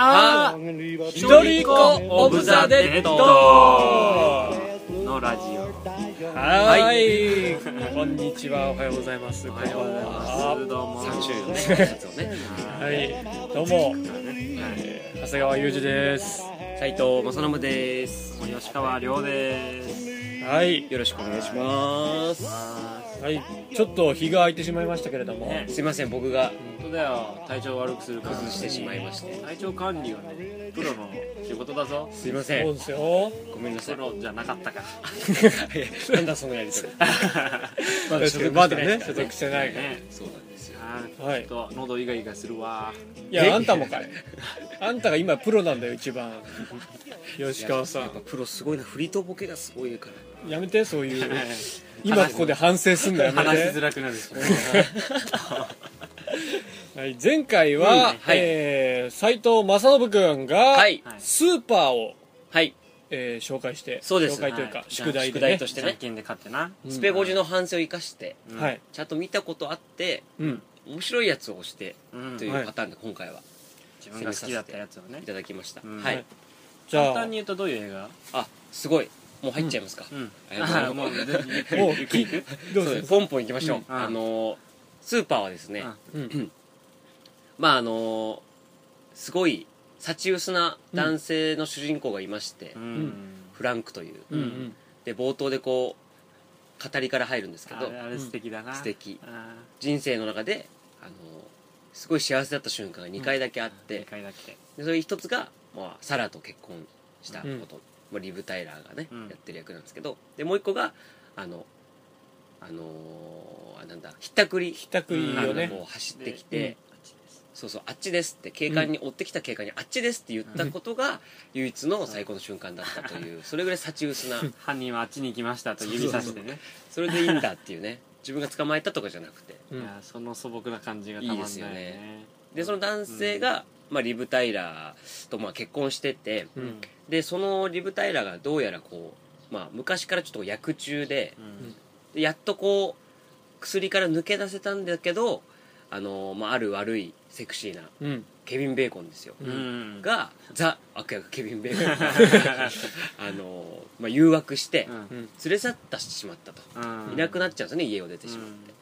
아,コオブザデッドのラジオはいこんにちはおはようございますおはようございますどうも三週ねねはいどうも、えー長谷川裕二です斉藤正信です吉川亮ですはい、よろしくお願いします。はい、ちょっと日が空いてしまいましたけれども、ねすいません、僕が本当だよ体調悪くするから崩してしまいまして。体調管理はねプロの仕事だぞすいませ、そうんですよごめんなさプい。ロじゃなかったかなんだそのやりとり。ま所属まだね所属してないらから、ねそうなんですよ。あーはいちょっと喉イガイガするわいやあんたもかいあんたが今プロなんだよ一番吉川さやっぱんプロすごいな、フリートボケがすごいから。やめてそういう今ここで反省すんのやめ話してづらくなるしはい、前回は、うんはいえー斉藤正信君が、はいスーパーを、はい、えー紹介してそうです紹介というか、はい宿題で、宿ね、題としてじゃんね、けんで勝ってなうんスペゴジの反省を生かして、うんはい、ちゃんと見たことあって、うん、面白いやつを押してうんというパターンで今回は自分が好きだったやつをねいただきました。うんはい。じゃ簡あ単にも言うとどういう映画あ、すごい。もう入っちゃいますか。うんありがとうござい ますもう全然う きどうそうぞですポンポンいきましょう。うんあのースーパーはですね、うんまああのすごい幸薄な男性の主人公がいまして、うんフランクという、うんうんで冒頭でこう語りから入るんですけあどれあれ素敵だな素敵あ人生の中で、あのすごい幸せだった瞬間が2回だけーあって二、回だけでそれ1つが、まあ、サラと結婚したこと、うんまあ、リブ・タイラーがね、うんやってる役なんですけどでもう1個があのあのーあなんだひったくりひったくりあをのねこう走ってきて、であっちですそうそうあっちですって警官に、追ってきた警官にあっちですって言ったことが唯一の最高の瞬間だったというそれぐらい幸薄な犯人はあっちに行きましたと指さしてねそれでいいんだっていうね自分が捕まえたとかじゃなくてうんいやその素朴な感じがたまんないいですよねでその男性が、まあ、リブ・タイラーとまあ結婚しててううんんでそのリブ・タイラーがどうやらこう、まあ、昔からちょっと役中でうんでやっとこう薬から抜け出せたんだけどあの、まあ、ある悪いセクシーなうんケビン・ベーコンですよ、うんうんがザ悪役ケビン・ベーコン あの、まあ、誘惑してう連んれ去ってしまったと、うんいなくなっちゃうんですね家を出てしまって、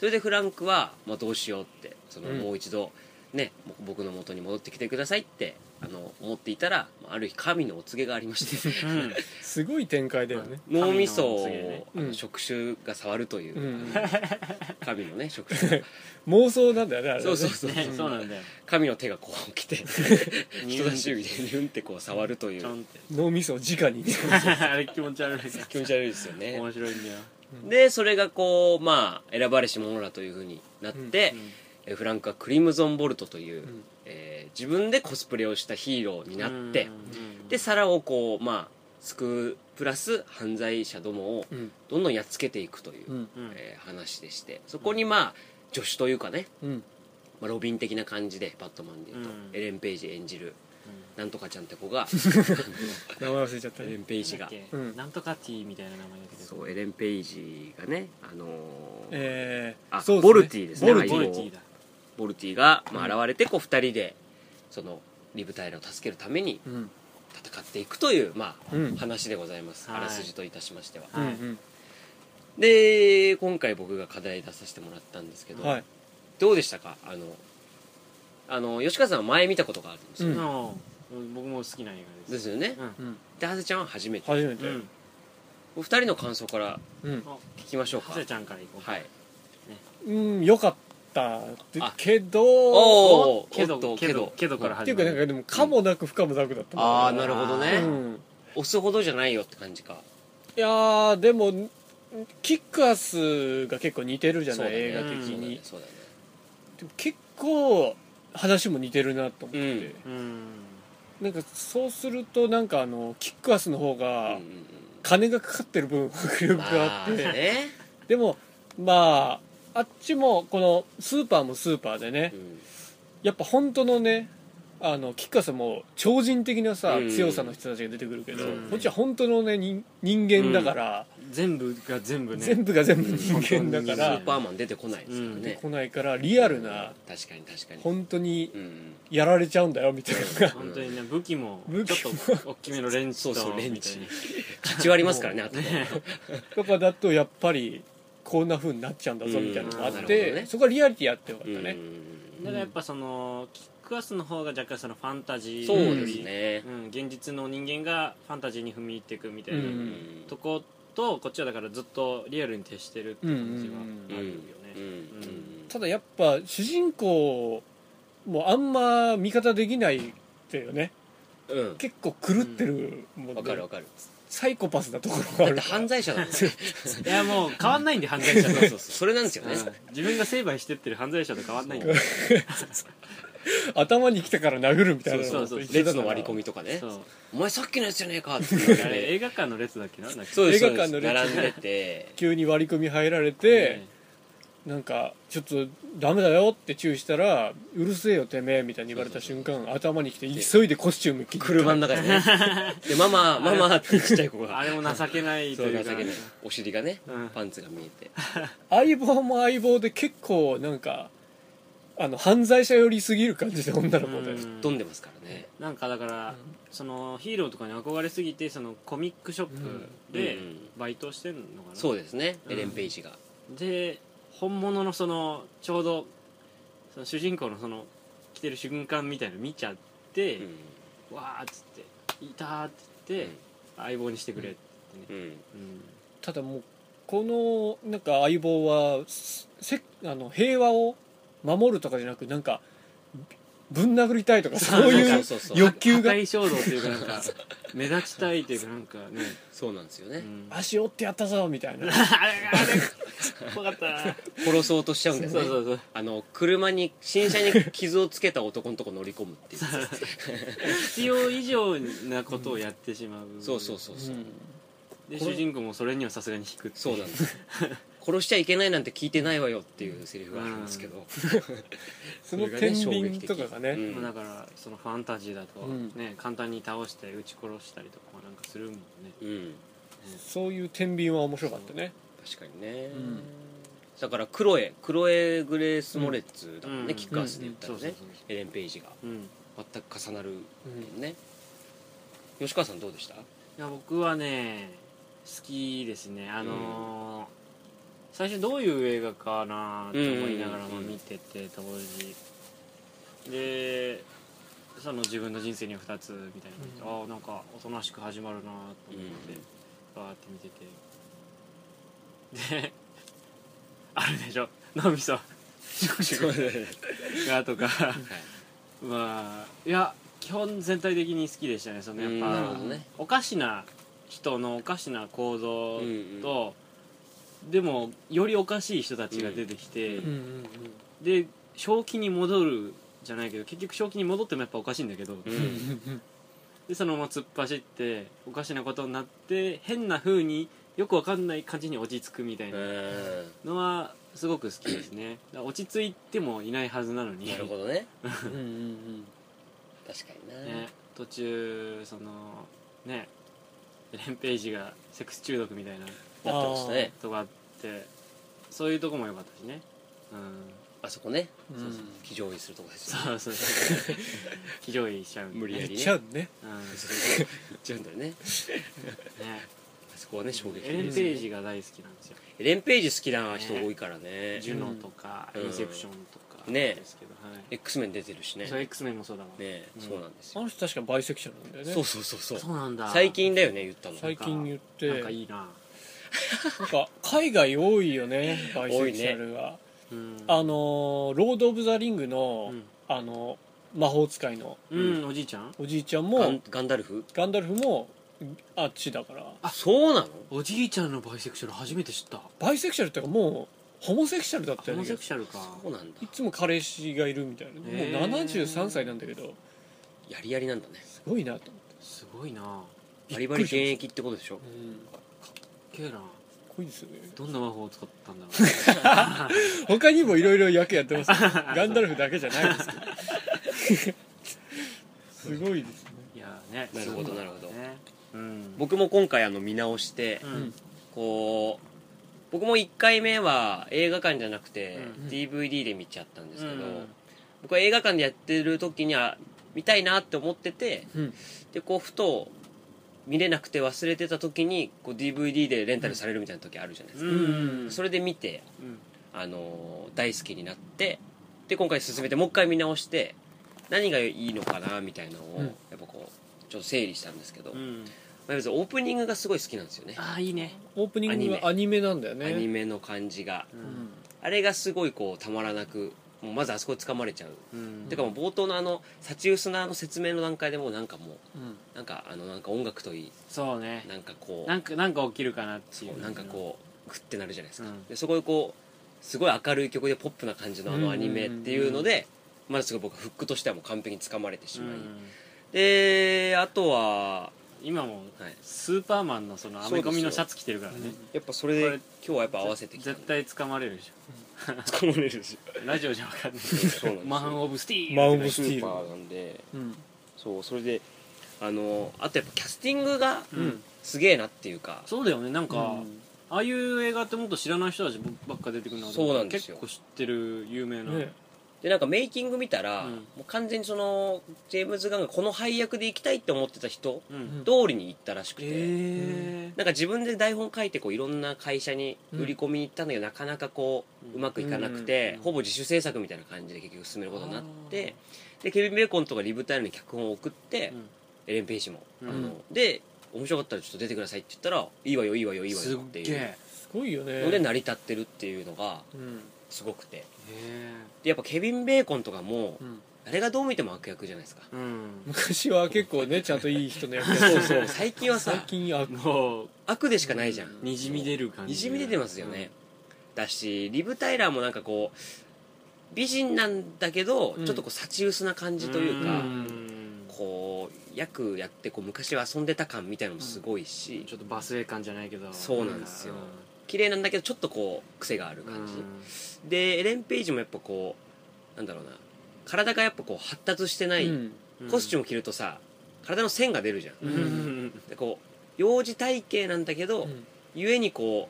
それでフランクは、まあ、どうしようってその、うんもう一度ねも僕の元に戻ってきてくださいってあの思っていたらまあある日神のお告げがありましてうんすごい展開だよね 脳みそ神のお告げを、ねあのうん触手が触るという、うん神のね触手 が妄想なんだよねあれはそうねそうそう、ねそうなんだよ神の手がこう来 てニュンって人差し指でニュンってこう触るといちょんうって脳みそを直 に あれ気持ち悪い気持ち悪いですよね面白いんだよでそれがこうまあ選ばれし者だというふうになって、えーフランクはクリムゾンボルトという、んえー自分でコスプレをしたヒーローになってでで皿をこうまあ救うプラス犯罪者どもをうんどんどんやっつけていくという、うんえー話でしてそこにまあ助手というかね、うんまあ、ロビン的な感じでバットマンでいうと、うんエレン・ペイジ演じるなんとかちゃんって子が名前忘れちゃったエレねン・ペイジがうんなんとかティーみたいな名前だけどそうエレン・ペイジがねあのーえーあそうボルティですねボルボルテティ相棒ィだボルティが、まあ、現れてこう2人でそのリブタイラを助けるためにうん戦っていくという、まあうん話でございます、はいあらすじといたしましては、うんうんで今回僕が課題出させてもらったんですけど、はいどうでしたかあのあの吉川さんは前見たことがあるんですよ、うんうん僕も好きな映画でですよね、うんうんでハゼちゃんは初めて、初めてうんお二人の感想からうんあ聞きましょうかハセちゃんから行こうはいうんよかったあけどおおけどおっとけけどどけどからってい始うかまなんかるでもかもなく不可もなくだったああなるほどうね、ん押すほどじゃないよって感じかいやーでもんキックアスが結構似てるじゃそうない、だね映画的そうだにね、そうだねでも結構話も似てるなと思って、うんなんかそうするとなんかあのキックアスの方うんがうんうん金がかかってる分迫力があって、まねでもまああっちもこのスーパーもスーパーでねうんやっぱ本当のねあのキッカーさんも超人的なさ、うん強さの人たちが出てくるけど、うんこっちは本当のね人人間だから、全部が全部ね全部が全部人間だかスらー、パーマン出てこないですからね、来ないからリアルな確かに確かに本当にうんやられちゃうんだよみたいな のが本当にね武器も武器ちょもっと大きめのレンチとそうそうレンみたチい勝ち割りますからねあとねとかだとやっぱりこんな風になっちゃうんだぞみたいなのがあうっんなるほて、どねそこはリアリティあってよかったね、なだからやっぱそのキックアスの方が若干そのファンタジーそうよりですねうん、現実の人間がファンタジーに踏み入っていくみたいな、うんとことこっちはだからずっとリアルに徹してるって感じがあるよね、ただやっぱ主人公もあんま味方できないっていうねうん結構狂ってるもんねわかるわかるサイコパスなところだがあっるて犯罪者だもん ねそういやもう変わんないんで犯罪者とそう そうそれなんですよねうん自分が成敗してってる犯罪者と変わんないんで頭に来たから殴るみたいなそうそうそう列の割り込みみとかねそうお前さっきのやつじゃねえかってあれ映画館の列だっけななんかそうです映そう画で館のす列並んでて急に割り込み入られて、なんかちょっとダメだよって注意したらうるせえよてめえみたいに言われた瞬間頭に来て急いでコスチューム着て車の中で ねでママママってちっちゃい子あがれも情けないとそうい情うかけないお尻がねうんパンツが見えて相棒も相棒で結構なんかあの犯罪者寄りすぎる感じで女の子で、うん飛んでますからねなんかだから、そのヒーローとかに憧れすぎてそのコミックショップでうんバイトしてんのかな、そうですねうんエレン・ペイジがで本物のそのちょうどその主人公のその着てる瞬間みたいの見ちゃって、うんわーっつって「いた」っつって、相棒にしてくれってね、うんうんただもうこのなんか相棒はせあの平和を守るとかじゃなくなんかぶん殴りたいとかそういそううそうそう欲求破が壊衝動というかなん か目立ちたいというかなんかね、そうなんですようねんあ足折ってやったぞみたいなれあれ怖かったな殺そうとしちゃうんだそうそよねうそうあの車に新車に傷をつけた男のとこ乗り込むっていう必要以上なことをやってしまう、そうそうそうそうで主人公もそれにはさすがに引くっていそうなんです殺しちゃいけないなんて聞いてないわよっていうセリフがあるんですけどそのれが天ね衝撃秤的とかがねうんまあだからそのファンタジーだとうんね、簡単に倒して撃ち殺したりとかもなんかするもんねうんそういう天秤は面白かったね確かにね、んだからクロエクロエ・グレース・モレッツだもんね、うんキックアスで言ったらね、そうそうそうエレン・ペイジがそう、うん、い全く重なるもんね、吉川さんどうでしたや僕はね好きですねあのー最初どういう映画かなと思いながらも見てて当時でその自分の人生に2つみたいな、ああなんかおとなしく始まるなと思って、バーって見ててであるでしょ脳みそ がとかまあいや基本全体的に好きでしたねそのやっうんなるぱほどねおかしな人のおかしな行動うんうんと、でもよりおかしい人たちが出てきて、うんうんで正気に戻るじゃないけど結局正気に戻ってもやっぱおかしいんだけど、うんうんでそのまま突っ走っておかしなことになって変な風によくわかんない感じに落ち着くみたいなのはすごく好きですねだから落ち着いてもいないはずなのになるほどねうんうん確かにな、ね、途中そのねエレン・ページがセックス中毒みたいななってましたねとこあってそういうとこも良かったしねうんあそこねうそうん非常にするとこですよそうそうそう 気丈いしちゃうんで無理ややっりねちゃうねうんね 行っちゃうんだよねあそこはね衝撃エレン・でペすージが大好きなんですよエレン・ペイジ好きな人多いからねジュノとか、うんインセプションとかねですけど、はい X メン出てるしねそう X メンもそうだわ、ねうんそうなんですあよの人確かバイセクションなんだよねそうそうそうそうそうなんだ最近だよね言ったの最近言ってなんかいいななんか海外多いよねバイセクシュアルが、うんあのーロード・オブ・ザ・リングの、うんあの魔法使いのうんおじいちゃんおじいちゃんガもンガンダルフガンダルフもあっちだからそうなのおじいちゃんのバイセクシャル初めて知ったバイセクシャルってかもうホモセクシャルだったホよモねセクシャルかそうなんだいつも彼氏がいるみたいなへーもう73歳なんだけどやりやりなんだねすごいなと思っすごいなびっバくりしまリバリした現役ってことでしょて、うん、かけえなっこいいですよねどんな魔法を使ったんだろ 他にもいろいろ役やってますよガンダルフだけじゃないですけどう すごいですねいやねなるほどそうだなるほどねうん僕も今回あの見直して、ううんんこう僕も1回目は映画館じゃなくて、うん DVD で見ちゃったんですけど、うん僕は映画館でやってる時には見たいなって思っててうんでこうふと見れなくて忘れてた時にこう DVD でレンタルされるみたいな時あるじゃないですうか、んそれで見て、うんあのー大好きになってで今回進めてもう一回見直して何がいいのかなみたいなのを、うんやっぱこうちょっと整理したんですけど、うまんあ、別にオープニングがすごい好きなんですよねああいいねオープニングはアニメなんだよねアニメの感じがううんんあれがすごいこうたまらなくもうまずあそこに掴まれちゃう、うんてかもう冒頭のあのサチウスナの説明の段階でもうなんかもうんうなんかあのなんか音楽といいそうねなんかこうなんかなんか起きるかなっていうなんかこうグッてなるじゃないですか、うんでそこでこうすごい明るい曲でポップな感じのあのアニメっていうので、まだすごい僕はフックとしてはもう完璧につかまれてしまい、うんであとは、今もはい、スーパーマンのそのアメコミのシャツ着てるからねやっぱそれこでれ今日はやっぱ合わせてきた絶 対掴まれるでし掴まれるしょラジオじゃ分かんないそうなんですよマン・オブ・スティールマンオブスーパーなんでうんそうそれであのあとやっぱキャスティングがうんすげえなっていうか、そうだよねなんか、うんああいう映画ってもっと知らない人たちばっか出てくるなそうなんですよ結構知ってる有名な、ねでなんかメイキング見たら、うんもう完全にそのジェームズ・ガンがこの配役で行きたいって思ってた人うん、ん通りに行ったらしくて、えなんか自分で台本書いてこういろんな会社に売り込みに行ったんだけど、なかなかこうんううまくいかなくて、うんほぼ自主制作みたいな感じで結局進めることになってでケビン・ベーコンとかリブ・タイルに脚本を送って、うんエレン・ペイジも、うんあので面白かったらちょっと出てくださいって言ったらいいわよいいわよいいわすっよってげいうえすごいよねので成り立ってるっていうのがうんすごくてへでやっぱケビン・ベーコンとかもうん誰がどう見ても悪役じゃないですかえうん昔は結構ねちゃんといい人の役やってそうたそう最近は最さ近あもう悪でしかないじゃんうんにじみ出る感じにじみ出てますよね、だしリブ・タイラーもなんかこう美人なんだけど、うんちょっとこう幸薄なう感んじというか、んこう役やってこう昔遊んでた感みたいのもすごいし、ちょっとバスエ感じゃないけどそうなんですよ綺麗なんだけどちょっとこう癖があるうん感じ、でエレン・ペイジもやっぱこうなんだろうな体がやっぱこう発達してない、うんうんコスチューム着るとさ体の線が出るじゃん、うんでこう幼児体型なんだけど、うんゆえにこ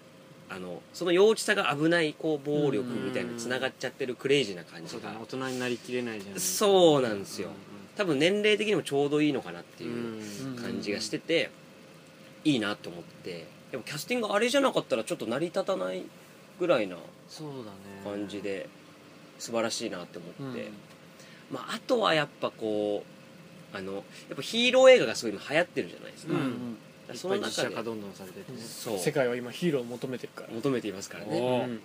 うあのその幼稚さが危ないこう暴力みたいなつながっちゃってるクレイジーな感そじうだねが大人になりきれないじゃんそうなんですよ多分年齢的にもちょうどいいのかなってうんいううん感じがしてていいなと思ってでもキャスティングあれじゃなかったらちょっと成り立たないぐらいなそうだね感じで素晴らしいなって思って、うんまあ、あとはやっぱこうあのやっぱヒーロー映画がすごい今流行ってるじゃないですか,、ううんんいっそぱのい実中写で化どんどんされててねそう世界は今ヒーローを求めてるから求めていますからねおうん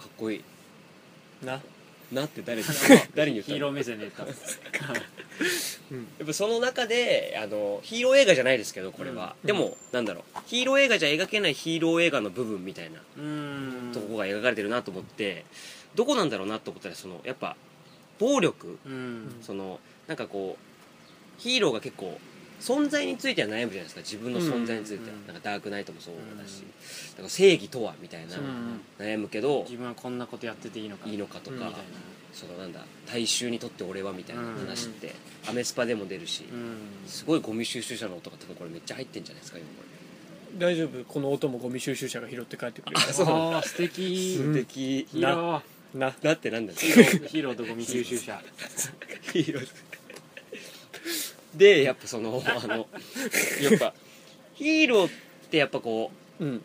かっこいいななって 誰に誰に言ったヒのーロー目線で言ったやっぱその中であのヒーロー映画じゃないですけどこれは、うんでもなんだろうヒーロー映画じゃ描けないヒーロー映画の部分みたいなうんとこが描かれてるなと思ってどこなんだろうなと思ったらそのやっぱ暴力うんそのなんかこうヒーローが結構存在については悩むじゃないですか自分の存在については、うんなんかダークナイトもそうだし、うんなんか正義とはみたいなううん悩むけど自分はこんなことやってていいのかいいのかとみか、たいなそのなんだ大衆にとって俺はみたいな話って、アメスパでも出るし、うんすごいゴミ収集車の音が多分これめっちゃ入ってんじゃないですか今これ大丈夫この音もゴミ収集車が拾って帰ってくるよそうあー素敵うん素敵ヒーロなだってなんだよ ーヒーローとゴミ収集車ヒーローでやっぱそのあのやっぱヒーローってやっぱこううん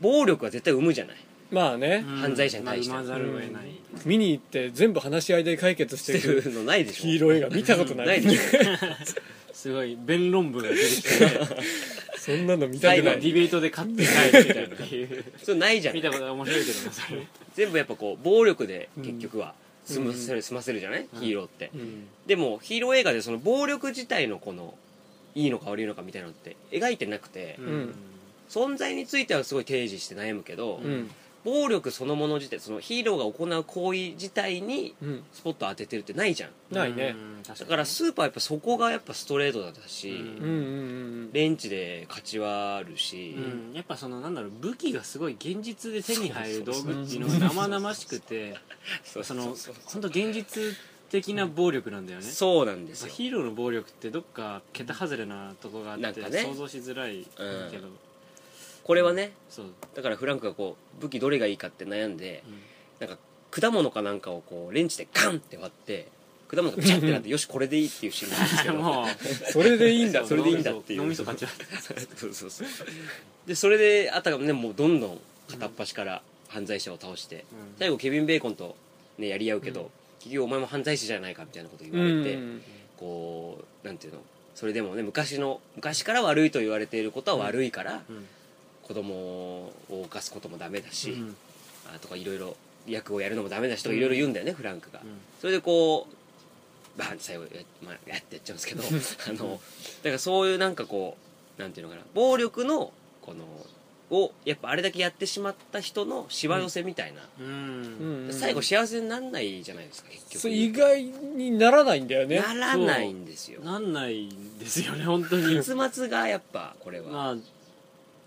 暴力は絶対生むじゃないまあねうん犯罪者に対してまあ生まざるを得ない見に行って全部話し合いで解決ししててるるのないでしょヒーロー映画見たことないないでしょすごい弁論文が出てき てね そんなの見た最く後なデいィベートで勝って帰ってたっていうそれないじゃな見いたこと面白いけどなそれ全部やっぱこう暴力で結局は済ませる済ませるじゃない、うんヒーローってうんでもヒーロー映画でその暴力自体のこのいいのか悪いのかみたいなのって描いてなくて、ん存在についてはすごい提示して悩むけど、うん暴力そのもの自体そのヒーローが行う行為自体にうんスポット当ててるってないじゃんないねうん確だからスーパーやっぱそこがやっぱストレートだったし、うんうんうんレンチで勝ちはあるし、うん、やっぱそのなんだろう武器がすごい現実で手に入る道そうそうそう具っていうのが生々しくてそそのそうそう本当現実的な暴力なんだよね、そうなんですまあよヒーローの暴力ってどっか桁外れなとこがあっなんて、かね想像しづらいけど、これはねそう、だからフランクがこう武器どれがいいかって悩んでうんなんか果物かなんかをこうレンチでガンって割って果物がピチャってなってよしこれでいいっていうシーンなんですけど もうそれでいいんだそれでいいんだっていう脳みそ買っちゃうそうそうそうでそれであたかもねもうどんどん片っ端から犯罪者を倒して、うん最後ケビン・ベーコンと、ね、やり合うけど、うん結局お前も犯罪者じゃないかみたいなこと言うわれて、んこうなんていうのそれでもね昔の昔から悪いと言われていることは悪いから、うん子供を犯すこともダメだし、うんあとかいろいろ役をやるのもダメだしとかいろいろ言うんだよね、フランクが、うんそれでこうバーンって最後や,、まあ、やってやっちゃうんですけどあのだからそういうなんかこうなんていうのかな暴力のこのをやっぱあれだけやってしまった人のしわ寄せみたいな、うんうん最後幸せになんないじゃないですか結そ局う意外にならないんだよねならないんですよなんないんですよね本当に結末がやっぱこれは、まあ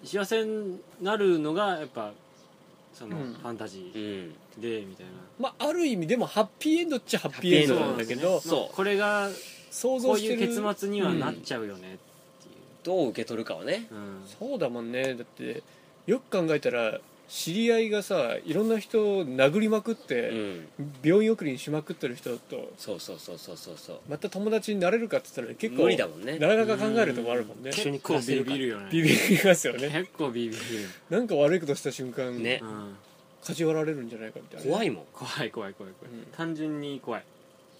幸せになるのがやっぱその、うんファンタジうんーでみたいなまあある意味でもハッピーエンドっちゃハッピーエンドそうななんでだけすねどそうまあこれが想こ像うしているう結末にはなっちゃうよねっていどう受け取るかはねう、うんそうだもんねだってよく考えたら知り合いがさいろんな人を殴りまくっうて、ん、病院送りにしまくってる人とそうそうそうそうそうそうまた友達になれるかって言ったら結構無理だもんねなかなか考えるとこあるもんねう一緒に結構暮らせビるかビるよねビビりますよね結構ビビる、なんか悪いことした瞬間、ねうん、かじわられるんじゃないかみたいな怖いいもん怖い怖い怖い怖い、うん単純に怖い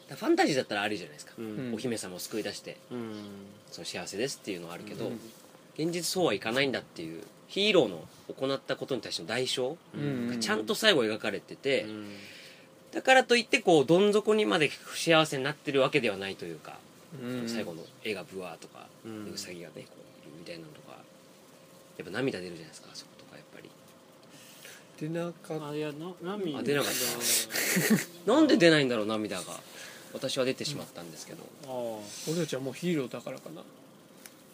だからファンタジーだったらありじゃないですか、ううんんお姫様を救い出してうんその幸せですっていうのはあるけど、うん現実そうはいかないんだっていうヒーローの行ったことに対しての代償うんがちゃんと最後描かれてて、うんだからといってこうどん底にまで不幸せになってるわけではないというか、うん最後の絵がブワーとか、うんウサギがねこういるみたいなのとかやっぱ涙出るじゃないですかそことかやっぱり出なかっあいやな涙あ出なかっなんで出ないんだろう涙が私は出てしまったんですけど、ああた俺たちはもうヒーローだからかな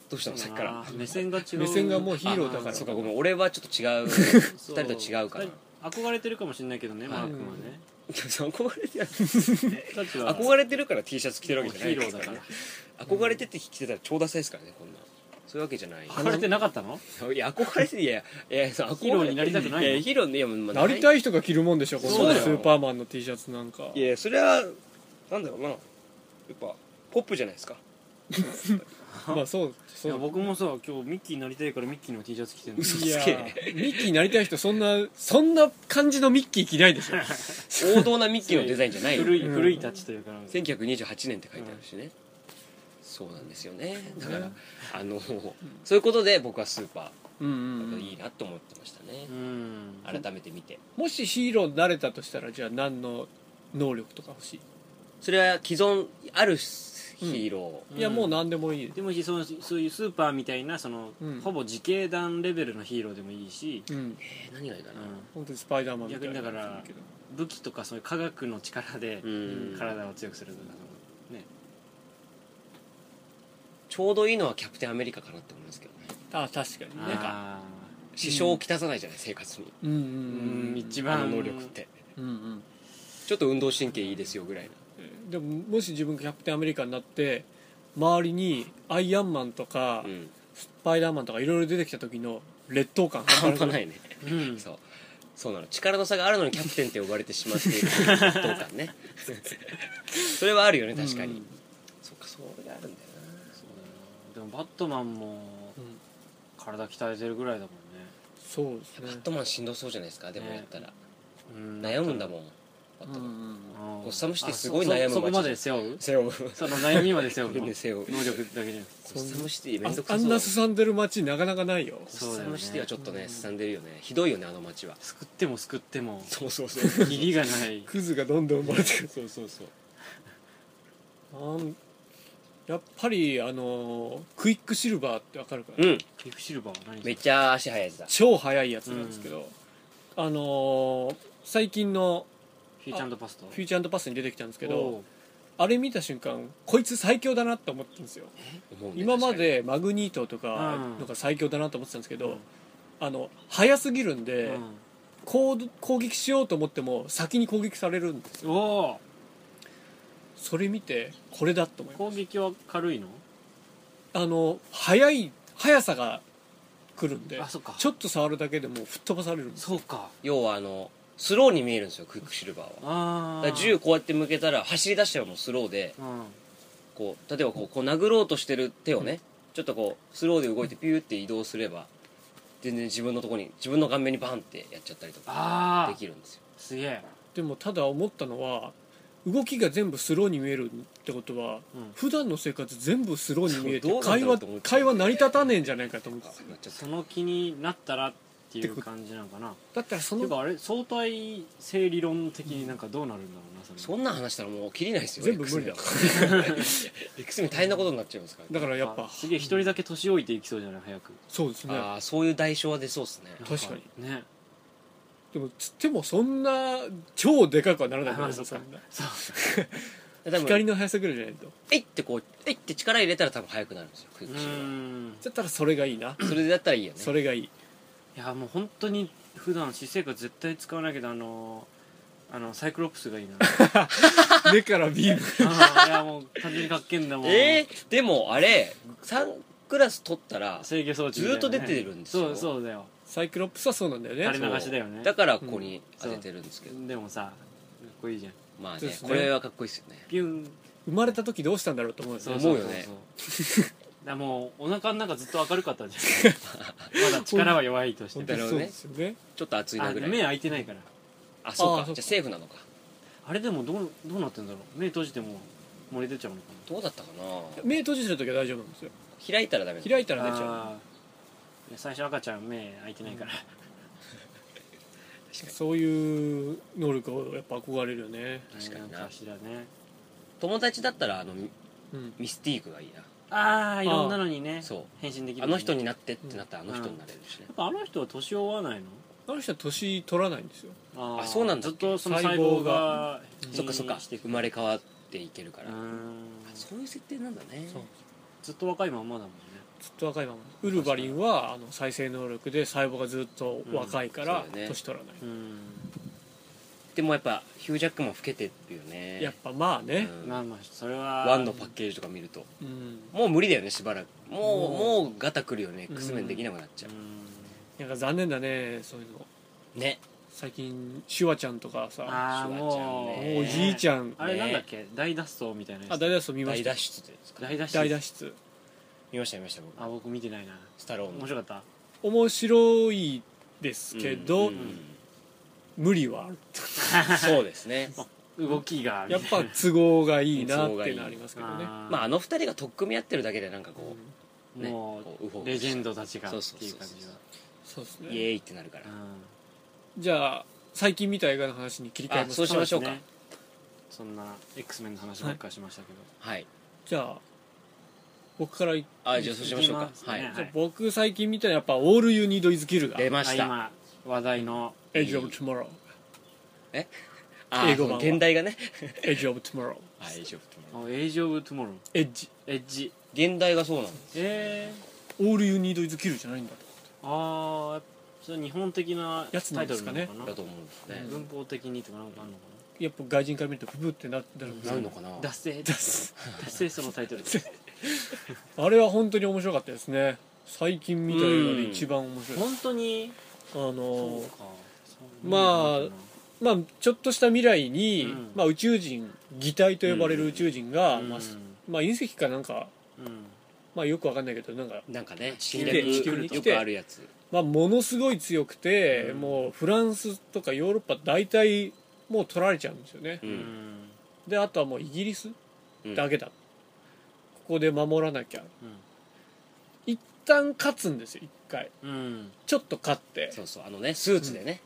どうしたのさっきからあー目線が違う目線がもうヒーローだからそうかごめん俺はちょっと違う二そ人と違うから 憧れてるかもしれないけどね、はいマー君はね憧れてるタッチは憧れてるから T シャツ着てるわけじゃないヒでーすローかだらかねら憧れてって着てたら超ダサいですからねこんなんそういうわけじゃない憧れてなかったのいや憧れていやいやいやそう憧れてヒーローになりたくないのやヒーローにいや、まあなりたい人が着るもんでしょこそんうなだのよスーパーマンの T シャツなんかいやそれはなんだろうなやっぱポップじゃないですかまあそういそやう僕もさ今日ミッキーになりたいからミッキーの T シャツ着てるの嘘いやすげえミッキーになりたい人そんなそんな感じのミッキー着ないでしょ王道なミッキーのデザインじゃない よ古いうん古いタッチというかなんか1928年って書いてあるしね、そうなんですよねだから、ねあのそういうことで僕はスーパうんーうんういいんなと思ってましたねう、ん改めて見てもしヒーローになれたとしたらじゃあ何の能力とか欲しい、それは既存あるヒーロうんいやもう何でもいいでもいいしそのそういうスーパーみたいなその、うんほぼ自警団レベルのヒーローでもいいし、うんー、えー何がいいかな、う本当にスパイダーマンみたいな逆にだから感じだけどん、武器とかそういう科学の力でうん体を強くするとかねちょうどいいのはキャプテンアメリカかなって思いますけどねあ確かにねんかあ支障をきたさないじゃない、生活にうんうんーううんん一番あの能力ってうんうんちょっと運動神経いいですよぐらいなでももし自分がキャプテンアメリカになって周りにアイアンマンとかうんスパイダーマンとかいろいろ出てきた時の劣等感半端ないねうんそうそうなの力の差があるのにキャプテンって呼ばれてしまっている劣等感ねそれはあるよね確かに、うんそっかそれがあるんだよそうだなでもバットマンもうん体鍛えてるぐらいだもんねそうですねなバットマンしんどそうじゃないですかでもやったら、うん悩むんだもんバットうマン、んうんうんゴッサムシティすごい悩むあそそこ街まで背負う背負うその悩みまで背負うの 背負う能力だけじゃなくてゴッサムシティめあんどくあさそんうなだすさんでる街なかなかないよゴッサムシティはちょっとうねんすさんでるよねひどいよねあの街はすくってもすくって もそうそうそう義理がないクズがどんどん生まれてくるそうそうそうなんやっぱりあのークイックシルバーってわかるかな、うんピフシルバーは何めっちゃ足速いやつだ超速いやつなんですけど、あのー最近のフューチャーパストフューチャーパスに出てきたんですけおどうあれ見た瞬間こいつ最強だなって思ったんですよ思うね今までマグニートとかうんのが最強だなと思ってたんですけど、うんあの速すぎるんうで、んこう攻撃しようと思っても先に攻撃されるんですおおそれ見てこれだと思います攻撃は軽いのあの速い速さが来るんであそっかちょっと触るだけでもう吹っ飛ばされるんですそうか要はあのスローに見えるんですよクイックシルバーはあだからあ銃こうやって向けたら走り出したらもうスローでうんこう例えばこうこう殴ろうとしてる手をね、ちょっとこうスローで動いてピューって移動すれば全然自分のとこに自分の顔面にバンってやっちゃったりとかあであきるんですよすげえでもただ思ったのは動きが全部スローに見えるってことはうん普段の生活全部スローに見えてそうどうなん会だろう話と思って会話成り立たねえんじゃないかと思ってたなっちゃったその気になったらっていう感じなのかな っだったらそていうのかあれ相対性理論的になんかどうなるんだろうなそそれんなん話したらもう切りないですよ全部無理だ X に大変なことになっちゃいますかだら、からやっぱあすげえ一人だけ年老いていきそうじゃない早くそうですねああそういう代償は出そうですねなん確かねでもつってもそんな超でかくはならないあかまあらそうそかんなそう多分光の速さぐらいじゃないとえいってこうえいって力入れたら多分速くなるんですよクイうックシルバーーんだったらそれがいいなそれだったらいいよねそれがいいいやもう本当に普段私生活絶対使わないけどあのーあのサイクロプスがいいな目からビームあーいやもう単純にかっけんだもんえー、でもあれサングラス取ったら制御装置みたいなずっと出てるんですよそうそうだよサイクロプスはそうなんだよねあれ流しだよねだからここに当ててるんですけど、でもさかっこいいじゃんまあそうねですねこれはかっこいいですよねピュン生まれた時どうしたんだろうと思うんですそようねそう思うよねそうそうだからもうお腹の中ずっと明るかったじゃんまだ力は弱いとして本も当にだろそううねですよねちょっと熱いあなぐらい目開いてないからあそうあかーそうかじゃあセーフなのかあれでもどうどうなってんだろう目閉じても漏れ出ちゃうのかどうだったかな目閉じてる時は大丈夫なんですよ開いたらダメ開いたなら出ちゃあーいや最初赤ちゃん目開いてないからうそういう能力をやっぱ憧れるよね確かにななんしらね友達だったらあのミうんミスティークがいいなああいろんなのにねそう変身できるあの人になってってなったらあの人になれるしねやっぱあの人は年を追わないのあの人は年取らないんですよあーあそうなんだずっとその細胞がうんそっかそっかしていく生まれ変わっていけるからうーあんそういう設定なんだねそうずっと若いまんまだもんねずっと若いままウルヴァリンはあの再生能力で細胞がずっと若いからうんそうだよね年取らない、うーんでもやっぱヒュージャックマン老けてるよねやっぱまあねうんまあまあそれはワンのパッケージとか見るとうん、もう無理だよねしばらくもうももうガタくるよね X メンできなくなっちゃううー、んなんか残念だねそういうのね最近シュワちゃんとかさああシュワちゃんもねうおじいちゃんあれなんだっけ大脱走みたいなやつあ大脱走見ま大した脱出ですか大脱走大脱出見ました見ました僕あ僕見てないなスタローンの面白かった面白いですけど、うんうんうん無理はある そうです ね動きがやっぱ都合がいいなっていうのはありますけどねまああのの二人が取っ組み合ってるだけでなんかこう、ねもこうウホウうホレジェンドたちがってそうそういそうう感そうじがそうですイエねーイってなるからうんじゃあ最近見た映画の話に切り替えあまそうすしましょうかねそんな X メンの話ばっかりしましたけどはいじゃあ僕からいあじゃあそうしましょういかきますねはい、はい僕最近見たのはやっぱ「オール・ユニード・イズ・キル」が出まあした今話題の「Age of Tomorrow」あ英語版はその現代がね「Age of Tomorrow」あエイジオ「ブエイジ・オブ・トゥモロー「エッジ」エッジ現代がそうなの」え「オール・ユニード・イズ・キル」じゃないんだとー、ああそれ日本的なやつタなイんトですルなかのねかなだと思うんですね、文法的にとかなんかあんのかやっぱ外人から見るとブブってなってたらうんなるのかなな脱税脱税そのタイトルあれは本当に面白かったですね最近見た映画で一番面白いです本当にあのそうーかまあまあちょっとした未来に、うんまあ、宇宙人擬態と呼ばれる宇宙人が、あまあうんまあ、隕石かなんか、うんまあ、よくわかんないけどなんか、なんかね球侵に略地球に来よてくあるやつまあ、ものすごい強くて、うんもうフランスとかヨーロッパ大体もう取られちゃうんですよねう、うんんであとはもうイギリスうんだけだ、ここで守らなきゃうん一旦勝つんですよ一回うんちょっと勝ってそうそうあのねスーツでね、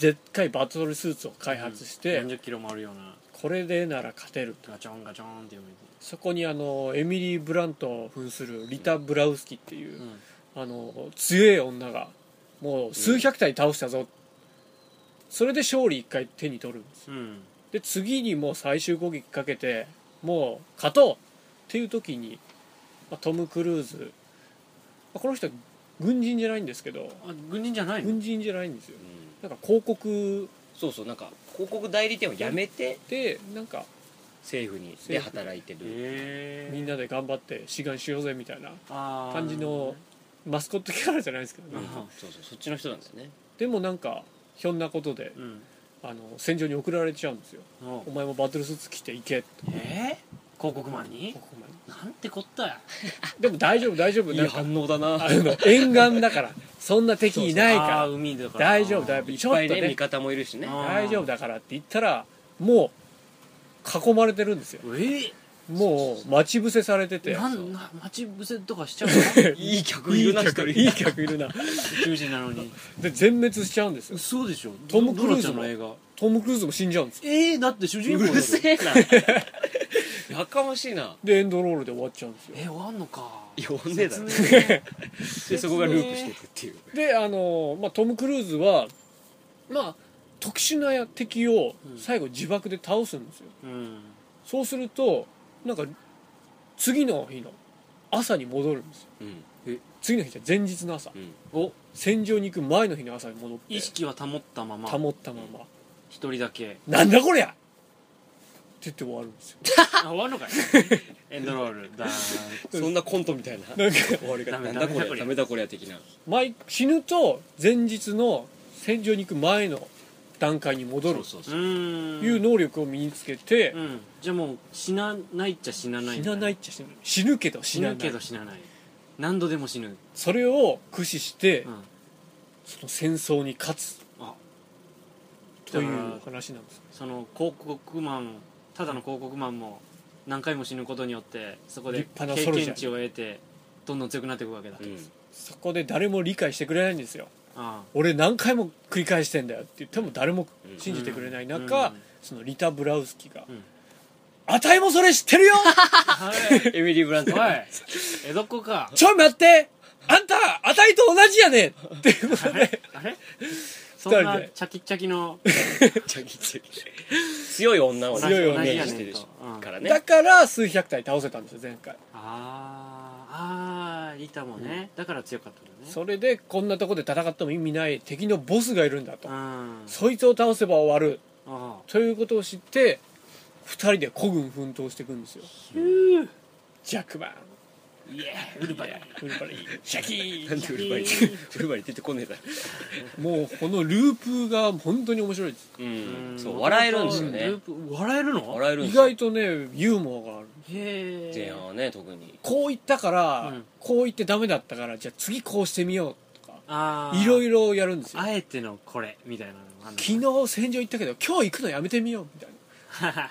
でっかいバトルスーツを開発して、 40キロもあるようなこれでなら勝てるガチョンガチョンって読めそこにあのエミリー・ブラントを扮するリタ・ブラウスキっていう、るうんあの強い女がもう数百体倒したぞ、それで勝利一回手に取るんですうんで次にもう最終攻撃かけてもう勝とうっていう時に、まあ、トム・クルーズまあこの人は軍人じゃないんですけどあ軍人じゃないの軍人じゃないんですようんなんか広告そうそうなんか広告代理店を辞めてでなんか政府にで政府働いてる、えみんなで頑張って志願しようぜみたいなな感じのマスコットキャラじゃないですけどうんねそうそうそっちの人なんですよねでもなんかひょんなことでうんあの戦場に送られちゃうんですよお前もバトルスーツ着て行けとえー、広告マンにここまでなんてこったやでも大丈夫大丈夫なんか応だなあの沿岸だからそんな敵いないかあらー海だから大丈夫大丈夫いっちょっぱといね味ね方もいるしねあ大丈夫だからって言ったらもう囲まれてるんですよ夫えもう待ち伏せされてー、てなんな待ち伏せとかしちゃ うのいい客いいるいな一人客いい客いるな宇宙人なのにで全滅しちゃうんですよ嘘でしょトムクルーズドもラちゃんの映画トム・クルーズも死んじゃうんですよえー、だって主人う公だろるせえなやかましいなでエンドロールで終わっちゃうんですよえー、終わんのか呼んねえだろ切ねえでそこがループしていくっていうであの、まあ、トム・クルーズはまあ特殊な敵を最後自爆で倒すんですよ、うん そうするとなんか次の日の朝に戻るんですようん次の日じゃ前日の朝うんを戦場に行く前の日の朝に戻って意識は保ったまま保ったまま一人だけ「なんだこりゃ!」って言って終わるんです よあ終わん のかいエンドロールだそんなコントみたいななんか終わりダがメなんだダこメだこれりゃダメだこりゃ的な毎死ぬと前日の戦場に行く前の段階に戻るそううそうそうーんいう能力を身につけてうんじゃあもう死なないっちゃ死なない死なないっちゃ死なない死ぬけど死死なぬなけいど死なない何度でも死ぬそれを駆使してうんその戦争に勝つあといだからう話なんですその広告マンただの広告マンも何回も死ぬことによってそこで立経派なソルジャー験値を得てどんどん強くなっていくわけだうんそこで誰も理解してくれないんですよあ俺何回も繰り返してんだよって言っても誰も信じてくれない中、うんそのリタ・ブラウスキがうん「あたいもそれ知ってる よあはいエミリー・ブラントおい江戸っ子かちょい待ってあんたあたいと同じやねん!」っていうことであれそん二人なでチャキチャキのちゃきちゃき強い女をね強い女同イじメーやジしてねんるとしうんからだねから数百体倒せたんですよ前回あーあーリタもね、だから強かったんだねそれでこんなとこで戦っても意味ない敵のボスがいるんだとうんそいつを倒せば終わるあということを知って2人で孤軍奮闘していくんですよーうジャックマンーイエーウルバリウルヴァリンシャキなんーでウルバリウルバリ出てこねえだろンもうこのループが本当に面白いですうんそう笑えるんですよねループ笑えるの笑えるんで意すよ外とねユーモアがあるへ前え半はね特にこう言ったから、うんこう言ってダメだったからじゃあ次こうしてみようとかああいろいろやるんですよあえてのこれみたいなのあんの昨日戦場行ったけど今日行くのやめてみようみたいな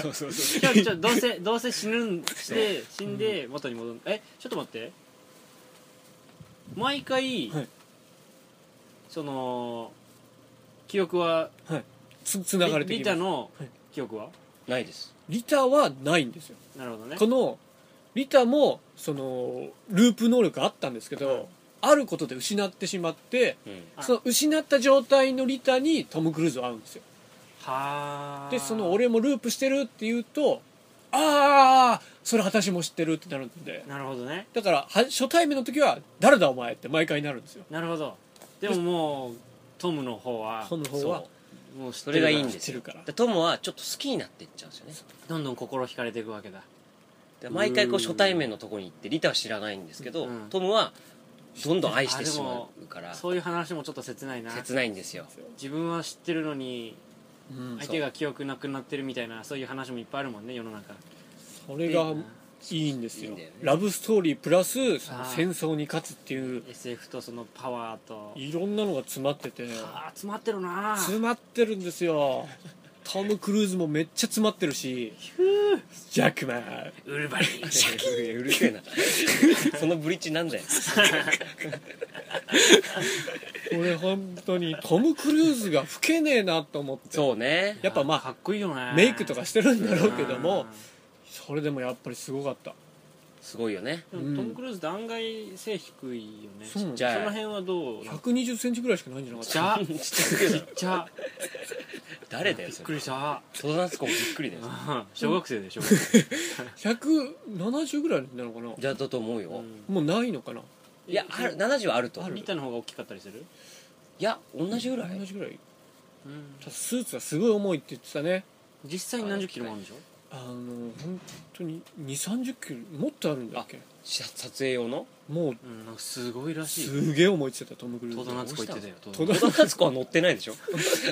そうそうそう今日 ちょっとどうせどうせ死ぬんして死んで元に戻るえちょっと待って毎回、はいその記憶は つつながれてリきリまタすのはい記憶は、ないですリタはないんですよなるほどねこのリタもそのループ能力あったんですけど、うんあることで失ってしまってうんあその失った状態のリタにトム・クルーズは会うんですよはあでその俺もループしてるって言うとああそれ私も知ってるってなるんでなるほどねだからは初対面の時は「誰だお前」って毎回なるんですよなるほどでももうトムの方は本の方はそもう知ってそるれがいいかんらですよ知ってるからでトムはちょっと好きになっていっちゃうんですよねどんどん心惹かれていくわけだで毎回こううん初対面のとこに行ってリタは知らないんですけど、うんトムはどんどん愛してしまうからそういう話もちょっと切ないな切ないんですよ自分は知ってるのにうん相手が記憶なくなってるみたいなそういう話もいっぱいあるもんね世の中それがいいないいんですよいいんだよねラブストーリープラスそのあー戦争に勝つっていう SF とそのパワーといろんなのが詰まっててあー詰まってるな詰まってるんですよ トム・クルーズもめっちゃ詰まってるしジャックマンウルバリンうるせえなそのブリッジなんだよ俺本当にトム・クルーズが老けねえなと思ってそうねやっぱまあかっこいいよねメイクとかしてるんだろうけどもうんそれでもやっぱりすごかったすごいよねでうんもトム・クルーズって案外背低いよねそうなんちっだちゃいその辺はどう1 2 0ンチぐらいしかないんじゃなかっじたゃあちっちゃくだろじゃあ誰だよびっそくれりした戸田夏子もびっくりだようん小学生で小学生170ぐらいなのかなじゃあだと思うよ、うんもうないのかないやある70はあるとリタの方が大きかったりするいや同じぐらい同じぐらいうんただスーツはすごい重いって言ってたね実際に何十キロもあるんでしょあの本当に2 3 0キロもっとあるんだっけし撮影用のもううんなんかすごいらしいすげえ思いついたトム・クルー戸ズ田夏子言ってたよ戸戸田田戸田夏子は乗ってないでしょ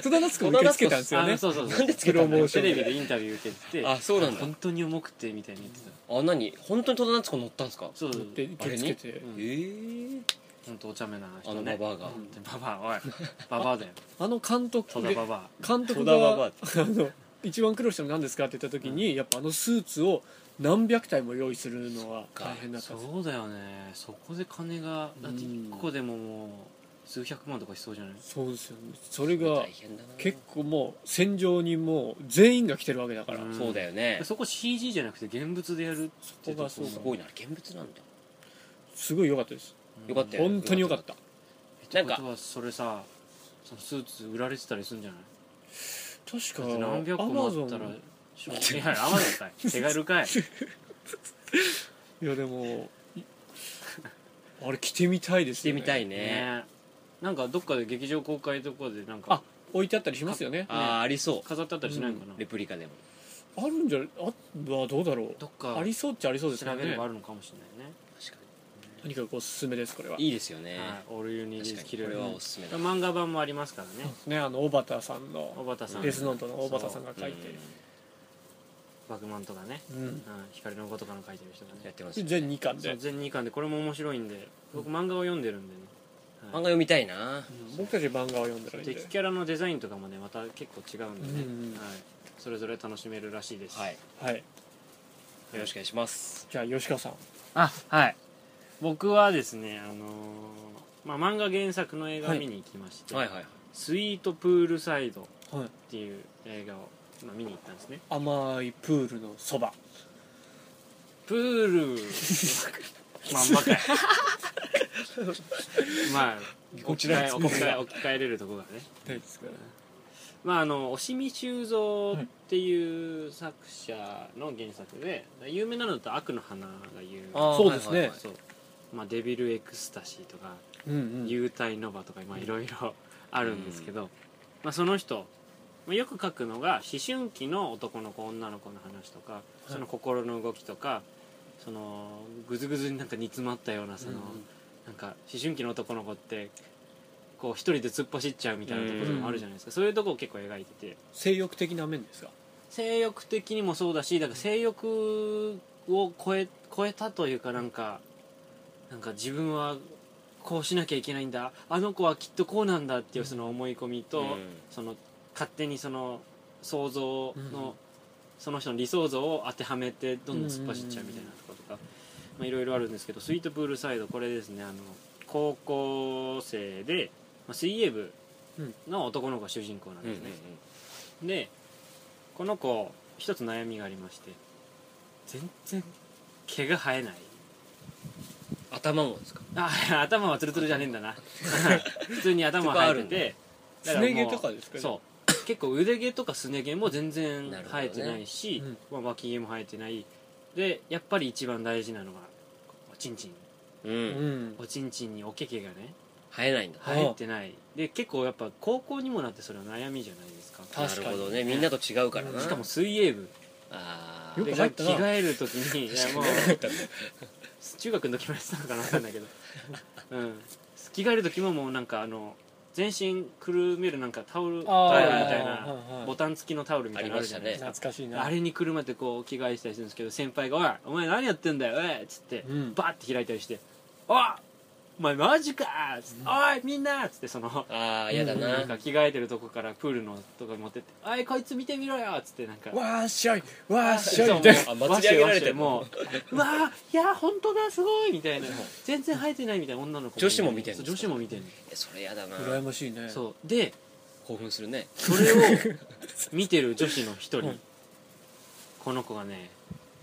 戸田夏子受け付けたんですよねあそうそうそうなんでつけたんだよプロモーションでテレビでインタビュー受けててあそうなんだ本当に重くてみたいに言ってたあ何本当に戸田夏子乗ったんですかそうそうで受け付けてあれにうんええ本当お茶目なあ人のねババアがうんでババアおいババア だよあの監督戸田でババ監督戸田ババがあの一番苦労したの何ですかって言った時に、やっぱあのスーツを何百体も用意するのは大変だアったんですそうだよねそこで金がだってうん1個でももう数百万とかしそうじゃないそうですよねそれが大変だな結構もう戦場にもう全員が来てるわけだから、うんそうだよねそこ CG じゃなくて現物でやるってそこがそうすごいな現物なんだすごい良かったですよかったよ本当に良かったななんんかかはそれさそのスーツ売られてたりするんじゃない確だって何百か個アもマあゾったらンしょいやアマゾンかい手軽かいいやでもいあれ着てみたいでしすてよねみたいねねなんかどっかで劇場公開とかでなんあか置いてあったりしますよねあああありそ飾ってあったりしないのかな、うレプリカでもるんじゃあはどうだろうどっかありそうっちゃありそうですよ調べれねばあるのかもしれないね確かとにかくおすすめですこれはにいいですよねはい、オールユニー確ズかキにこルれはおすすめだ漫画版もありますからねねあの小畑さんの小畑さんデスノートの小畑さんが書いてバクマンとかね、うんうん、光の子とかの書いてる人がやっねてますでよ全2巻そうで全2巻でこれも面白いんで僕漫画を読んでるんでね、漫は画い読みたいな僕たち漫画を読んでるんで敵キャラのデザインとかもねまた結構違うんでね、うんうんはい、それぞれ楽しめるらしいです、はいはいよろしくお願いしますじゃあ吉川さんあはい僕はですねあのーまあ、漫画原作の映画を見に行きまして「はいはいはいスイートプールサイド」っはいていう映画を、まあ、見に行ったんですね甘いプールのそばプ ールまんまかいまあこちらです置き換え置き換えれるとこがね大ですからまああの押見修造っていう作者の原作で、有名なのだと「悪の花」が有名あーそうですねはいはいそう、まあ、デビルエクスタシーとかうんうん幽体ノバとかまあいろいろあるんですけど、まあ、その人まあよく書くのが思春期の男の子女の子の話とかいその心の動きとかそのぐずぐずになんか煮詰まったようなその、なんか思春期の男の子ってこう一人で突っ走っちゃうみたいなところもあるじゃないですか、そういうとこを結構描いてて性欲的な面ですか性欲的にもそうだしだから性欲を超え超えたというかなんかなんか自分はこうしなきゃいけないんだあの子はきっとこうなんだっていうその思い込みと、うんその勝手にその想像の、うんその人の理想像を当てはめてどんどん突っ走っちゃうみたいなとことか、まあ、いろいろあるんですけどスイートプールサイドこれですねあの高校生で、まあ、水泳部の男の子が主人公なんうんですね、でこの子一つ悩みがありまして全然毛が生えない頭もですかあ 頭はツルツルじゃねえん だな普通に頭は生えててだすからもうね毛とかですかねそう結構腕毛とかすね毛も全然なるほ生どねえてないしうんまあ、脇毛も生えてないでやっぱり一番大事なのがおちんちんううんんおちんちんにおけけがね生えないんだあ生えてないで結構やっぱ高校にもなってそれは悩みじゃないですかな確かにるほどねみんなと違うからなしかも水泳部あよくーで入着ったな替える時にいやもう中学の時もやってたのかな分かんないけど、うん、着替える時ももうなんかあの全身くるめるなんかタオルタオルみたいなボなタン付きのタオルみたいなのあるじゃないですか懐かしいなあれにくるまってこう着替えしたりするんですけど先輩が「おいお前何やってんだよおい」っつって、うんバーって開いたりして「おいお前マジか!」っつって「おいみんな!」っつってそのあーやだななんか着替えてるとこからプールのとこに持ってって「おいこいつ見てみろよ!」っつってなんかわーっしゃいわーっしそうゃいもみうたいなあ祭り上げられてるもううわあいや本当だすごいみたいな全然生えてないみたいな女の子女子も見てんるの女子も見てんのえそれやだな羨ましいねそうで興奮するねそれを見てる女子の一う人んこの子がね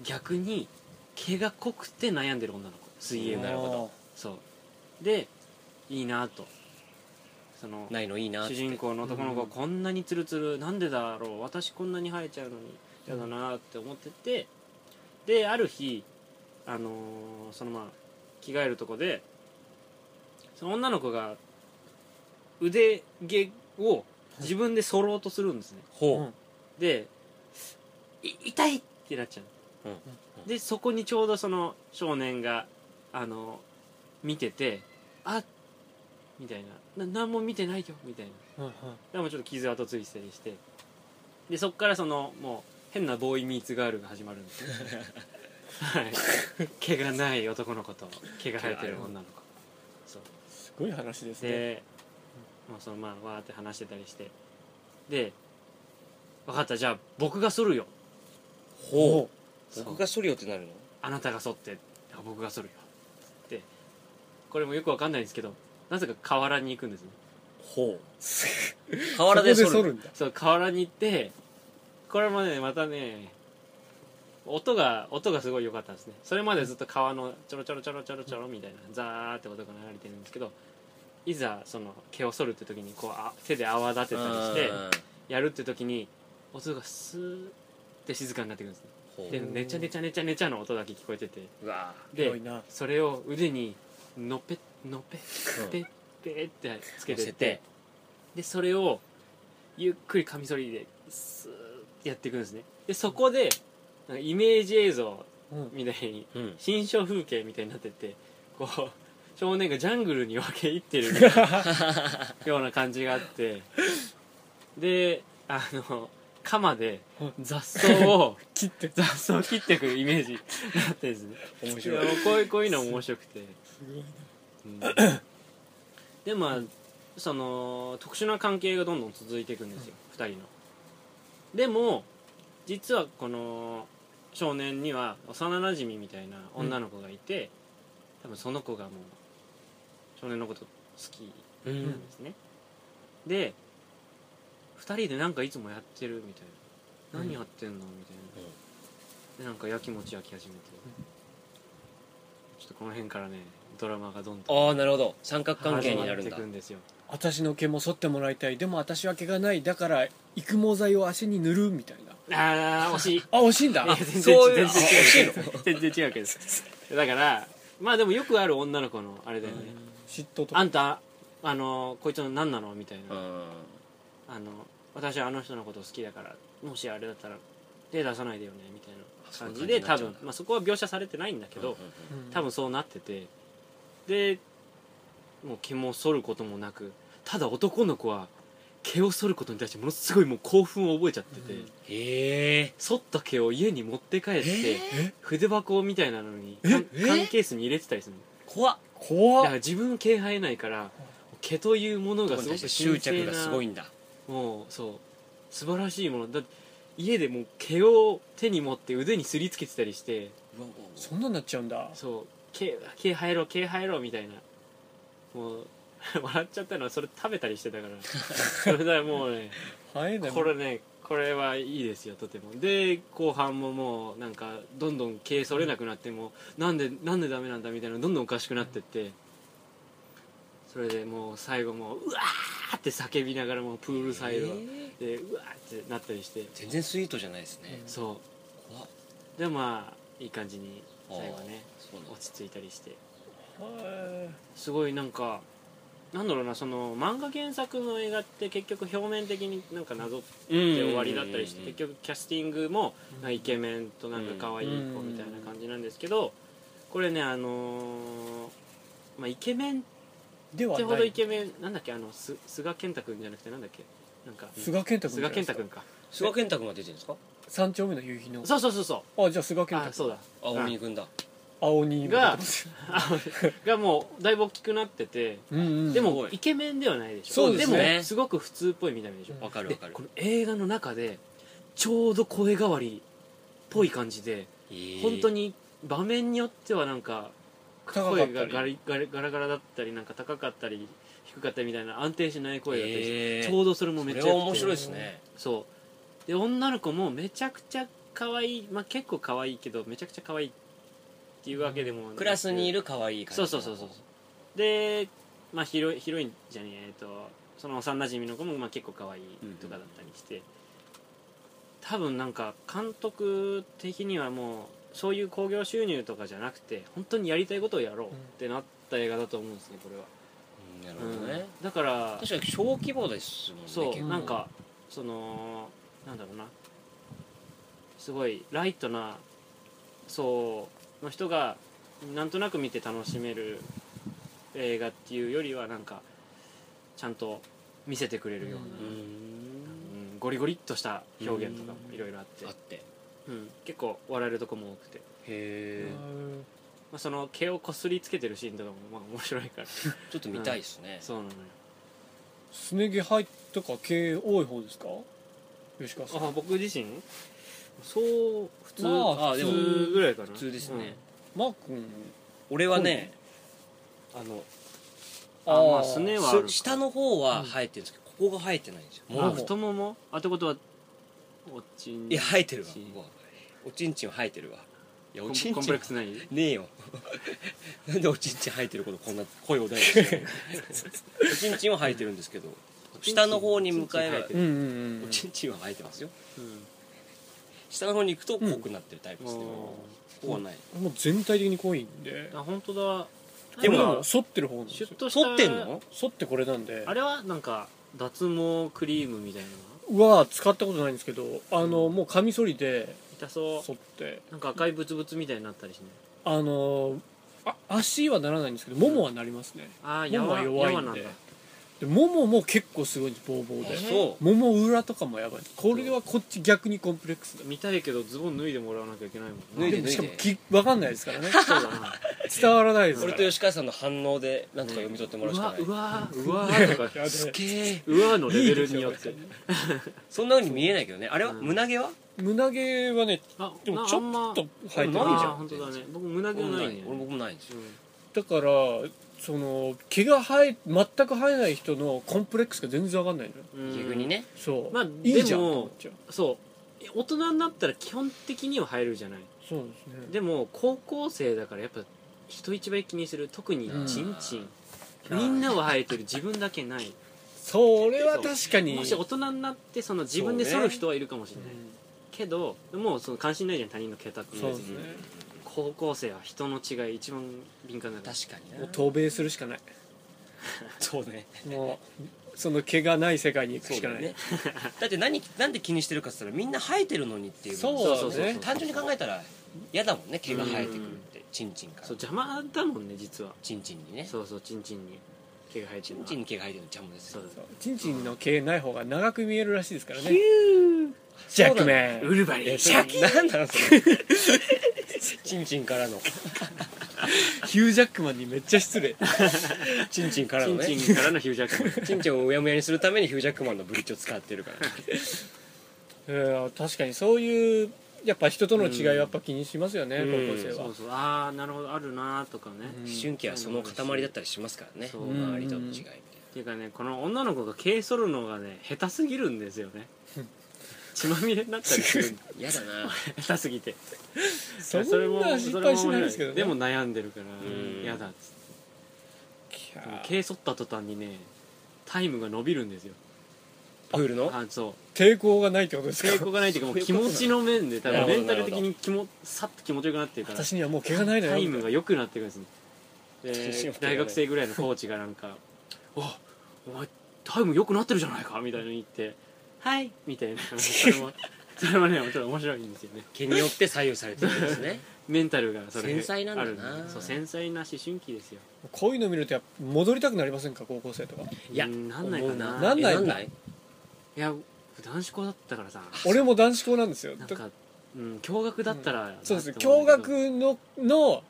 逆に毛が濃くて悩んでる女の子水泳部なるほどそうでいいなとそのないのいいなっ主て人公の男の子うがんこんなにツルツルなんでだろう私こんなに生えちゃうのに嫌だなって思っててである日あのーそのまあ着替えるとこでその女の子が腕毛を自分で剃ろうとするんですねほうでい痛いってティラちゃんうんうんでそこにちょうどその少年があの見ててあっみたいなな何も見てないよみたいなうんうんでもうちょっと傷跡ついてたりしてでそっからそのもう変なボーイミーツガールが始まるんですよはい毛がない男の子と毛が生えてる女の子そうすごい話ですねで、まあ、そのまあわーって話してたりしてで「分かったじゃあ僕が剃るよほうう僕が処理をってなるのあなたが剃ってあ僕が剃るよ」ってこれもよくわかんないんですけどなぜか河原に行くんですね ほうす河原でそ剃こで剃るるんだそう河原に行ってこれもねまたね音が音がすごい良かったですねそれまでずっと川のちょろちょろちょろちょろちょろみたいなザーって音が流れてるんですけどいざその毛を剃るって時にこうあ手で泡立てたりしてうんやるって時に音がスーって静かになってくるんですねほでうねちゃねちゃねちゃねちゃの音だけ聞こえててううわ広でいなそれを腕にのっぺのっぺーペッペッってつけてっ乗てせてでそれをゆっくりカミソリでスーってやっていくんですねでそこでなんかイメージ映像うんみたいにうん新象風景みたいになっててこう少年がジャングルに分け入ってるみたいなような感じがあってであの鎌で雑草を 切って雑草を切っていくイメージになってるんですね面いやもうこういうこういうの面白くてうんでまあその特殊な関係がどんどん続いていくんですよ、二人のでも実はこの少年には幼なじみみたいな女の子がいて、多分その子がもう少年のこと好きうなんんですね、で二人でなんかいつもやってるみたいなうん何やってんのみたいな、でなんかやきもち焼き始めて、ちょっとこの辺からねドラマがどんどんああなるほど三角関係になるん始まっだていくんですよ私の毛も剃ってもらいたいでも私は毛がないだから育毛剤を足に塗るみたいなああ惜しいあ惜しいんだいや全そうい然う違う 全然違うけど全然違うけどだからまあでもよくある女の子のあれだよね、嫉妬とあかんたあのこいつの何なのみたいな、うんあの私はあの人のこと好きだからもしあれだったら手出さないでよねみたいな感じで多あそういう感じになっちゃうん分だ、まあ、そこは描写されてないんだけど、うん多分そうなっててでもう毛も剃ることもなくただ男の子は毛を剃ることに対してものすごいもう興奮を覚えちゃってて、うんへえ剃った毛を家に持って帰って、え筆箱みたいなのにえ缶え缶ケースに入れてたりするの怖っだ怖かっら自分毛生えないから毛というものがすごく執着がすごいいんだもうそう素晴らしいものだって家でもう毛を手に持って腕にすりつけてたりしてうわうわうわそんなんなっちゃうんだそう毛毛生えろ毛生えろみたいなもう 笑っちゃったのはそれ食べたりしてたから それだもうね生えないこれねこれはいいですよとてもで後半ももうなんかどんどん毛剃れなくなってもなんでなんでダメなんだみたいなどんどんおかしくなってってそれでもう最後もううわーって叫びながらもうプールサイドへでうわーってなったりして全然スイートじゃないですねそ怖っうでまあいい感じに最後はねあーそうなんだ落ち着いたりしてはいすごいなんかなんだろうなその漫画原作の映画って結局表面的になんか謎って終わりだったりしてうんうんうん結局キャスティングもうんまあイケメンとなんか可愛い子みたいな感じなんですけどこれねあのーまあ、イケメンっではてほなどイいケメンなんだっけあのす菅健太君じゃなくてなんだっけなんか菅健太君じゃ菅ないで健すか太君か菅健太君が出てるんですか三丁目の夕日のそうそうそうそあじゃあ菅う健あ太そうだあうん大に君だ青にががもうだいぶ大きくなっててうんうんですもごいイケメンではないでしょそうですねもすごく普通っぽい見た目でしょうんわかるわでかるこの映画の中でちょうど声変わりっぽい感じで、本当にに場面によってはなんか高かった声りがガリガリガラガラだったりなんか高かったり低かったりみたいな安定しない声だったりして、えちょうどそれもめっちゃそれは良面くて白いですねそうで女の子もめちゃくちゃ可愛いまあ結構可愛いけどめちゃくちゃ可愛いっていうわけでもなくクラスにいる可愛い感じそうそうそうそうで、まあ、ヒロインヒロインじゃねええっとその幼馴染の子もまあ結構可愛いとかだったりして、多分なんか監督的にはもうそういう興行収入とかじゃなくて本当にやりたいことをやろうってなった映画だと思うんですねこれは、うんなるほどねうんだから確かに小規模ですもんねそう結構なんかそのなんだろうなすごいライトな層の人がなんとなく見て楽しめる映画っていうよりはなんかちゃんと見せてくれるような、うーうんんゴリゴリっとした表現とかもいろいろあってあってうん、結構笑えるとこも多くて、へえうんまあ、その毛をこすりつけてるシーンとかもまあ面白い からちょっと見たいですねそうなのよすね毛入ったか毛多い方ですか吉川さんあ僕自身そう普通、まあ普でも通ぐらいかな普通ですねマー君俺はねあのうん、あまあすねはあるかす下の方は生えてるんですけどここが生えてないんですよもあう太ももあってことはおちんいや生えてるわちんここはおちんちんは生えてるわいやコおンちんコンちプんレはックスないねえよ なんでおちんちん生えてることこんな声を大にして るのおちんちんは生えてるんですけど下の方に向かえばおちんちん生えてうんうんうんおちんちんは生えてますようん下の方に行くと濃くなってるタイプですね、うんここはないもう全体的に濃いんであ本当だでもなんか反ってる方なんですシュよッとした剃ってんの反ってこれなんであれはなんか脱毛クリームみたいなのは使ったことないんですけどあのもうカミソリで痛そ剃ってうなんか赤いブツブツみたいになったりしないあのあ足はならないんですけどももはなりますねああもやもはわ弱いなんんだででももも結構すごいんですボーボーあでそもも裏とかもやばいこれはこっち逆にコンプレックスだ見たいけどズボン脱いでもらわなきゃいけないもんな脱いででしかもき分かんないですからねそうだな伝わらないでうすか俺らと吉川さんの反応でなんとか読み取ってもうらうしかわないうわうわとかやべえすげえうわのレベルによって いいですよそんなふうに見えないけどねあれはうん胸毛は胸毛はねあでもなちあょんまっと生えてるないじゃんあー本当だね僕胸毛俺もなないいね俺僕もないんですよだからその毛が生え全く生えない人のコンプレックスが全然わかんないのようんうん逆にねそう、まあいいじゃんでもと思っちゃうそう大人になったら基本的には入るじゃないそうですねでも高校生だからやっぱ人一倍気にする特にチンチン、みんなは生えてる自分だけないそれは確かにもし大人になってその自分で剃る人はいるかもしれうない、んけどもうその関心ないじゃん他人の毛たくそうですね高校生は人の違い一番敏感だから確かにもうな渡米するしかないそうねもうその毛がない世界に行くそうしかだなよいねだって何なんで気にしてるかっつったらみんな生えてるのにっていうそうそうそうそう単純に考えたら嫌だもんね毛が生えてくるってチンチンからそう邪魔だもんね実はチンチンにねそうそうチンチンに毛が生えてチるンのチンに毛が生えてるの邪魔ですそようそうチンチンの毛ない方が長く見えるらしいですからヒねュージャックメウンルバリンシャキなんなのそ れチンチンからのヒュージャックマンにめっちゃ失礼チンチンからのねチンチンからのヒュージ ャックマンチンチンをうやむやにするためにヒュージャックマンのブリッジを使ってるからいや確かにそういうやっぱ人との違いはやっぱ気にしますよね、うん高校生は、そうそうああなるほどあるなーとかね、うん思春期はその塊だったりしますからねそう周りとの違いみたいっていうかねこの女の子が毛剃るのがね下手すぎるんですよね血まみれになったりするな嫌だな下手すぎてそんそれもな失敗しないですけどねそれも面白いでも悩んでるからん嫌だっつってキでもャー毛剃った途端にねタイムが伸びるんですよプールのあそう抵抗がないってことですか抵抗がないというかもう気持ちの面で多な分るほメどンタル的に気もさっと気持ちよくなってるから私にはもう毛がないのよタイムが良くなってくるん ですね私もで毛がない大学生ぐらいのコーチがなんか「おお前タイム良くなってるじゃないか」みたいなの言って「はい」みたいなそれもそれもねちょっと面白いんですよね毛によって左右されてるんですねメンタルがそれ繊細なんだなあるそう繊細な思春期ですよこういうの見るとやっぱ戻りたくなりませんか高校生とかいやうん なんないかななんないえなんないいや男子校だったからさ俺も男子校なんですよなんだかうん共学だったらそうですなって思共うけど学のの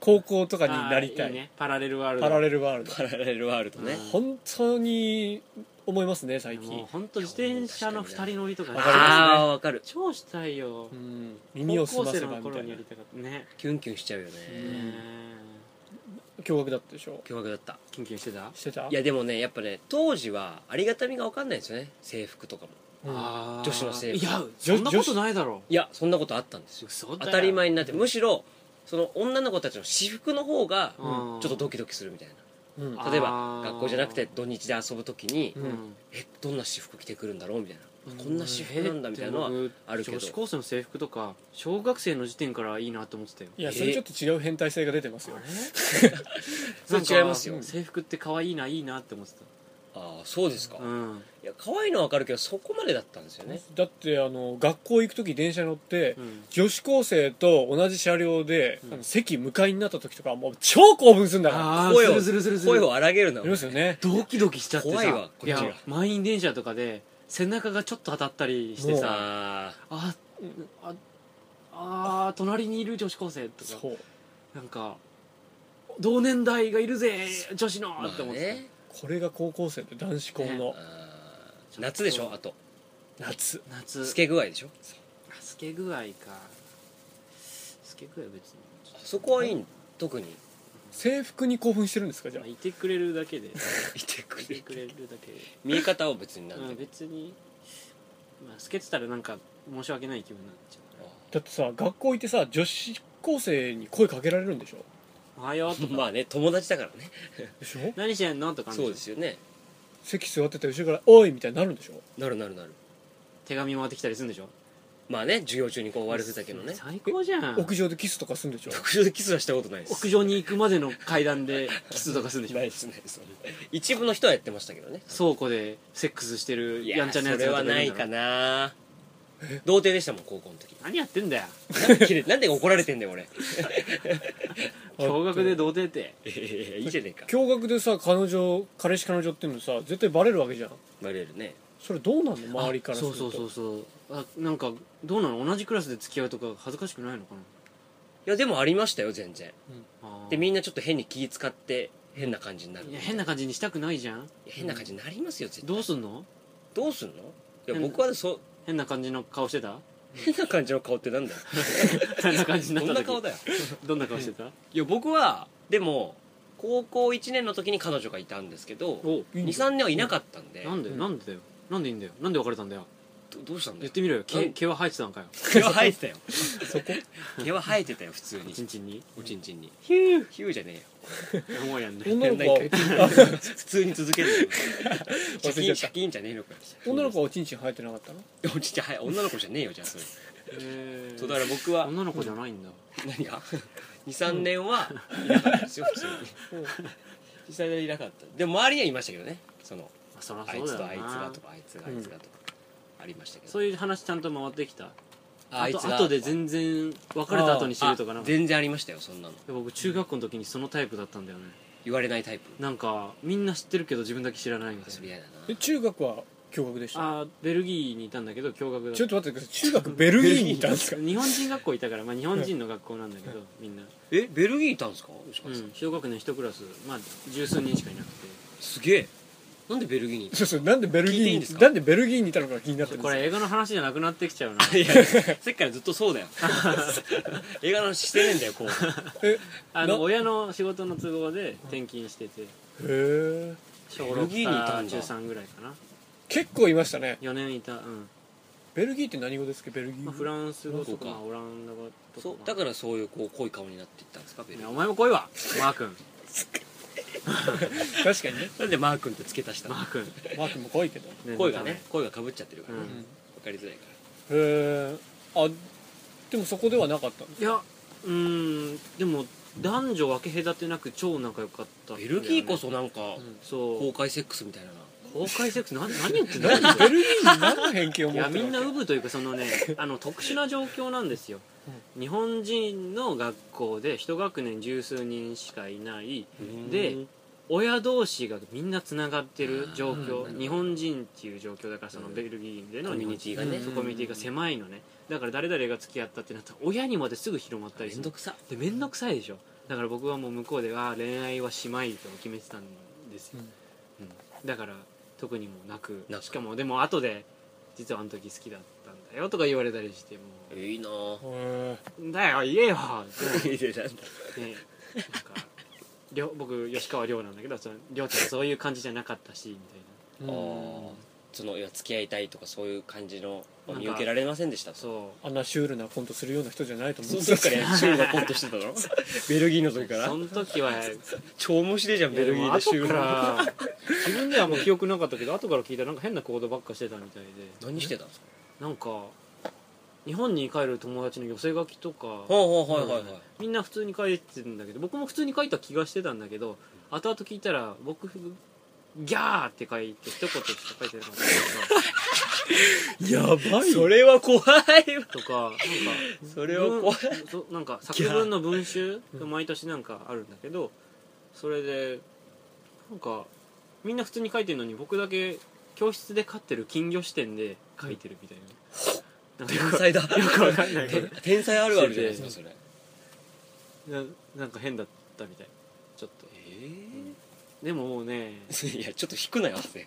高校とかになりたあーいねパラレルワールドパラレルワールドパラレルワールドねうん本当に思いますね最もう近本当自転車の二人乗りとかわかりますねああわかる超したいようん耳を澄ませば高校生のみた頃いになやりたかったねキュンキュンしちゃうよねんね驚愕だったでしょ驚愕だったキュンキュンしてたしてたいやでもねやっぱね当時はありがたみが分かんないんですよね制服とかもうんあー女子の制服いやそんなことないだろいやそんなことあったんですよ嘘だよ当たり前になってむしろその女の子たちの私服の方がちうんょっとドキドキするみたいうんあな例えあばー学校じゃなくて土日で遊ぶ時にううんんえどんな私服着てくるんだろうみたいなうんこんな私服なんだみたいなのはえーでもあるけど女子高生の制服とか小学生の時点からいいなと思ってたよいやそれちょっと違う変態性が出 てますよあれそれ違いますよなんか制服って可愛いないいなって思ってたああそうですか、ういんや可愛いのはわかるけどそこまでだったんですよねだってあの学校行く時電車乗って、うん女子高生と同じ車両で、うんあの席向かいになった時とかもう超興奮するんだからあああ声をするするするす声るを荒げるなりますよねドキドキしちゃってさ怖いわこっちがいや満員電車とかで背中がちょっと当たったりしてもうさあーあああー隣にいる女子高生とかそうなんか同年代がいるぜ女子のまってあ思って、ねこれが高校生って男子校のあー夏でしょあと夏、夏透け具合でしょあ透け具合か透け具合は別に、あそこはいいん特に制服に興奮してるんですかじゃまあ、いてくれるだけでいてくいてくれるだけで 見え方を別になんうんで別に、まあ、透けてたらなんか申し訳ない気分になっちゃ うあだってさ学校行ってさ女子高生に声かけられるんでしょ「おはよう」とかまあね友達だからねでしょ「何してんの?」とかそうですよね席座ってた後ろから「おい!」みたいになるんでしょなるなるなる手紙回ってきたりするんでしょまあね授業中にこう悪ふざけのね最高じゃん屋上でキスとかするんでしょ特殊でキスはしたことないです屋上に行くまでの階段でキスとかするんでしなょいですねそんな一部の人はやってましたけどね倉庫でセックスしてるいやんちゃなやつそれはないかな童貞でしたもん高校の時何やって んだよなんでキレなんで怒られてんだよ俺驚愕で童貞っていやいやいやいいじゃねえか驚愕でさ彼女彼氏彼女っていうのさ絶対バレるわけじゃんバレるねそれどうなんの周りからするとあそうそうそうそうあなんかどうなの同じクラスで付き合うとか恥ずかしくないのかいやでもありましたよ全然なあーでみんなちょっと変に気使って変な感じになるいや変な感じにしたくないじゃんいや変な感じになりますよ絶対どうすんのどうすんのいや変な僕はそう変な感じの顔してた 変な感じの顔ってなんだよ変な感じになどったん な時顔だよどんな顔して たいや僕はでも高校1年の時に彼女がいたんですけどおいいんだよ23年はいなかったんでなんでうんなんでだよなんでいいんだよなんで別れたんだよどどうしたんだ言よってみろよ毛うん毛は生えてたんかよ毛は生えて たよそこ毛は生えてたよ普通にちんちんにおちんちんにヒューヒューじゃねもうやんね女のやんない子かいはえよ普通に続 けるよシャ忘れキちゃンったシャキンじゃねえのかよ女の子はおちんちん生えてなかったのおちんちんはい女の子じゃねえよじゃあそれへーそうだから僕は女の子じゃないんだ何が23年はいなかったですよ普通に実際はいなかったでも周りにはいましたけどねそのまあそりゃあいそうつとだあいよつがなとかあいつがあいつがとかありましたけどそういう話ちゃんと回ってきたああいとつが後で全然別れた後に知るとかなんあか全然ありましたよそんなの僕中学校の時にそのタイプだったんだよね言われないタイプなんかみんな知ってるけど自分だけ知らないみたいそなれ嫌だなで中学は共学でしたあーベルギーにいたんだけど共学だちょっと待ってください中学ベルギーにいたんです か日本人学校いたから、まあ、日本人の学校なんだけどみんな、えベルギーいたんですか吉う川さんん、小学年一クラスまあ十数人しかいなくすげえなんでベルギーにいたそうそうなんでベルギ聞いてーいいんにですかなんでベルギーにいたのか気になっててるんこですよれ映画の話じゃなくなってきちゃうないやさっきからずっとそうだよ映画の話してねえんだよこうえあのな親の仕事の都合で転勤しててへえ小ベルギーにい6たかんだ中3ぐらいかな結構いましたね4年いたうん、ベルギーって何語ですかベルギーまあ、フランス語とかそうかまあオランダ語とかそうだからそういうこう濃い顔になっていったんですかベルギいやーお前も来いわマー君確かにねなんでマー君って付け足したのマー君、マークも濃いけど、ね声がね声がかぶっちゃってるからねうわんかりづらいからへえあでもそこではなかったんですいやうーんでも男女分け隔てなく超仲良かった、ベルギーこそなんかんそ公う開セックスみたいなな公開セックスな何言ってんなんで だベルギーに何の偏見をい持っやてみるんなわウブというかそのねあの特殊な状況なんですよ、日本人の学校で一学年十数人しかいないでうん親同士がみんなつながってる状あ況ー日本人っていう状況だからそのうんベルギーでのコミュニティがねそうコミュニティが狭いのねだから誰々が付き合ったってなったら親にまですぐ広まっためりすんるどくさで面倒くさいでしょだから僕はもう向こうでは恋愛はしまいと決めてたんですよ、うんだから特にもうなくなくしかもでも後で実はあの時好きだったんだよとか言われたりしてもいいなぁけへうだよ言えよっていやなんだねなんかりょ僕吉川亮なんだけどその亮ちゃんそういう感じじゃなかったしみたいなえうあんーそのいや付き合いたいとかそういう感じのなんか見受けられませんでしたそそあんなシュールなコントするような人じゃないと思のって時たからシュールなコントしてたのベルギーの時うからその時は超面白いじ ゃんベルギーでシュー後ルかなら自分ではもう記憶なかったけど後から聞いたらなんか変な行動ばっかしてたみたいで何してたんですかなんか日本に帰る友達の寄せ書きとかほうほうはいはいはいみんな普通に書いてるんだけど僕も普通に書いた気がしてたんだけど後々聞いたら僕「ギャー」って書いて一言しか書いてなかったりやばいそれは怖いわ とかとかなんかそれは怖い文そうなんか作文の文集が毎年なんかあるんだけどそれでなんかみんな普通に書いてるのに僕だけ教室で飼ってる金魚視点で書いてるみたいな,、天なん か才だよくわかんない天天才あるあるじゃないですかそれななんか変だったみたいちょっとえでももう ねー、いやちょっと引くなよ汗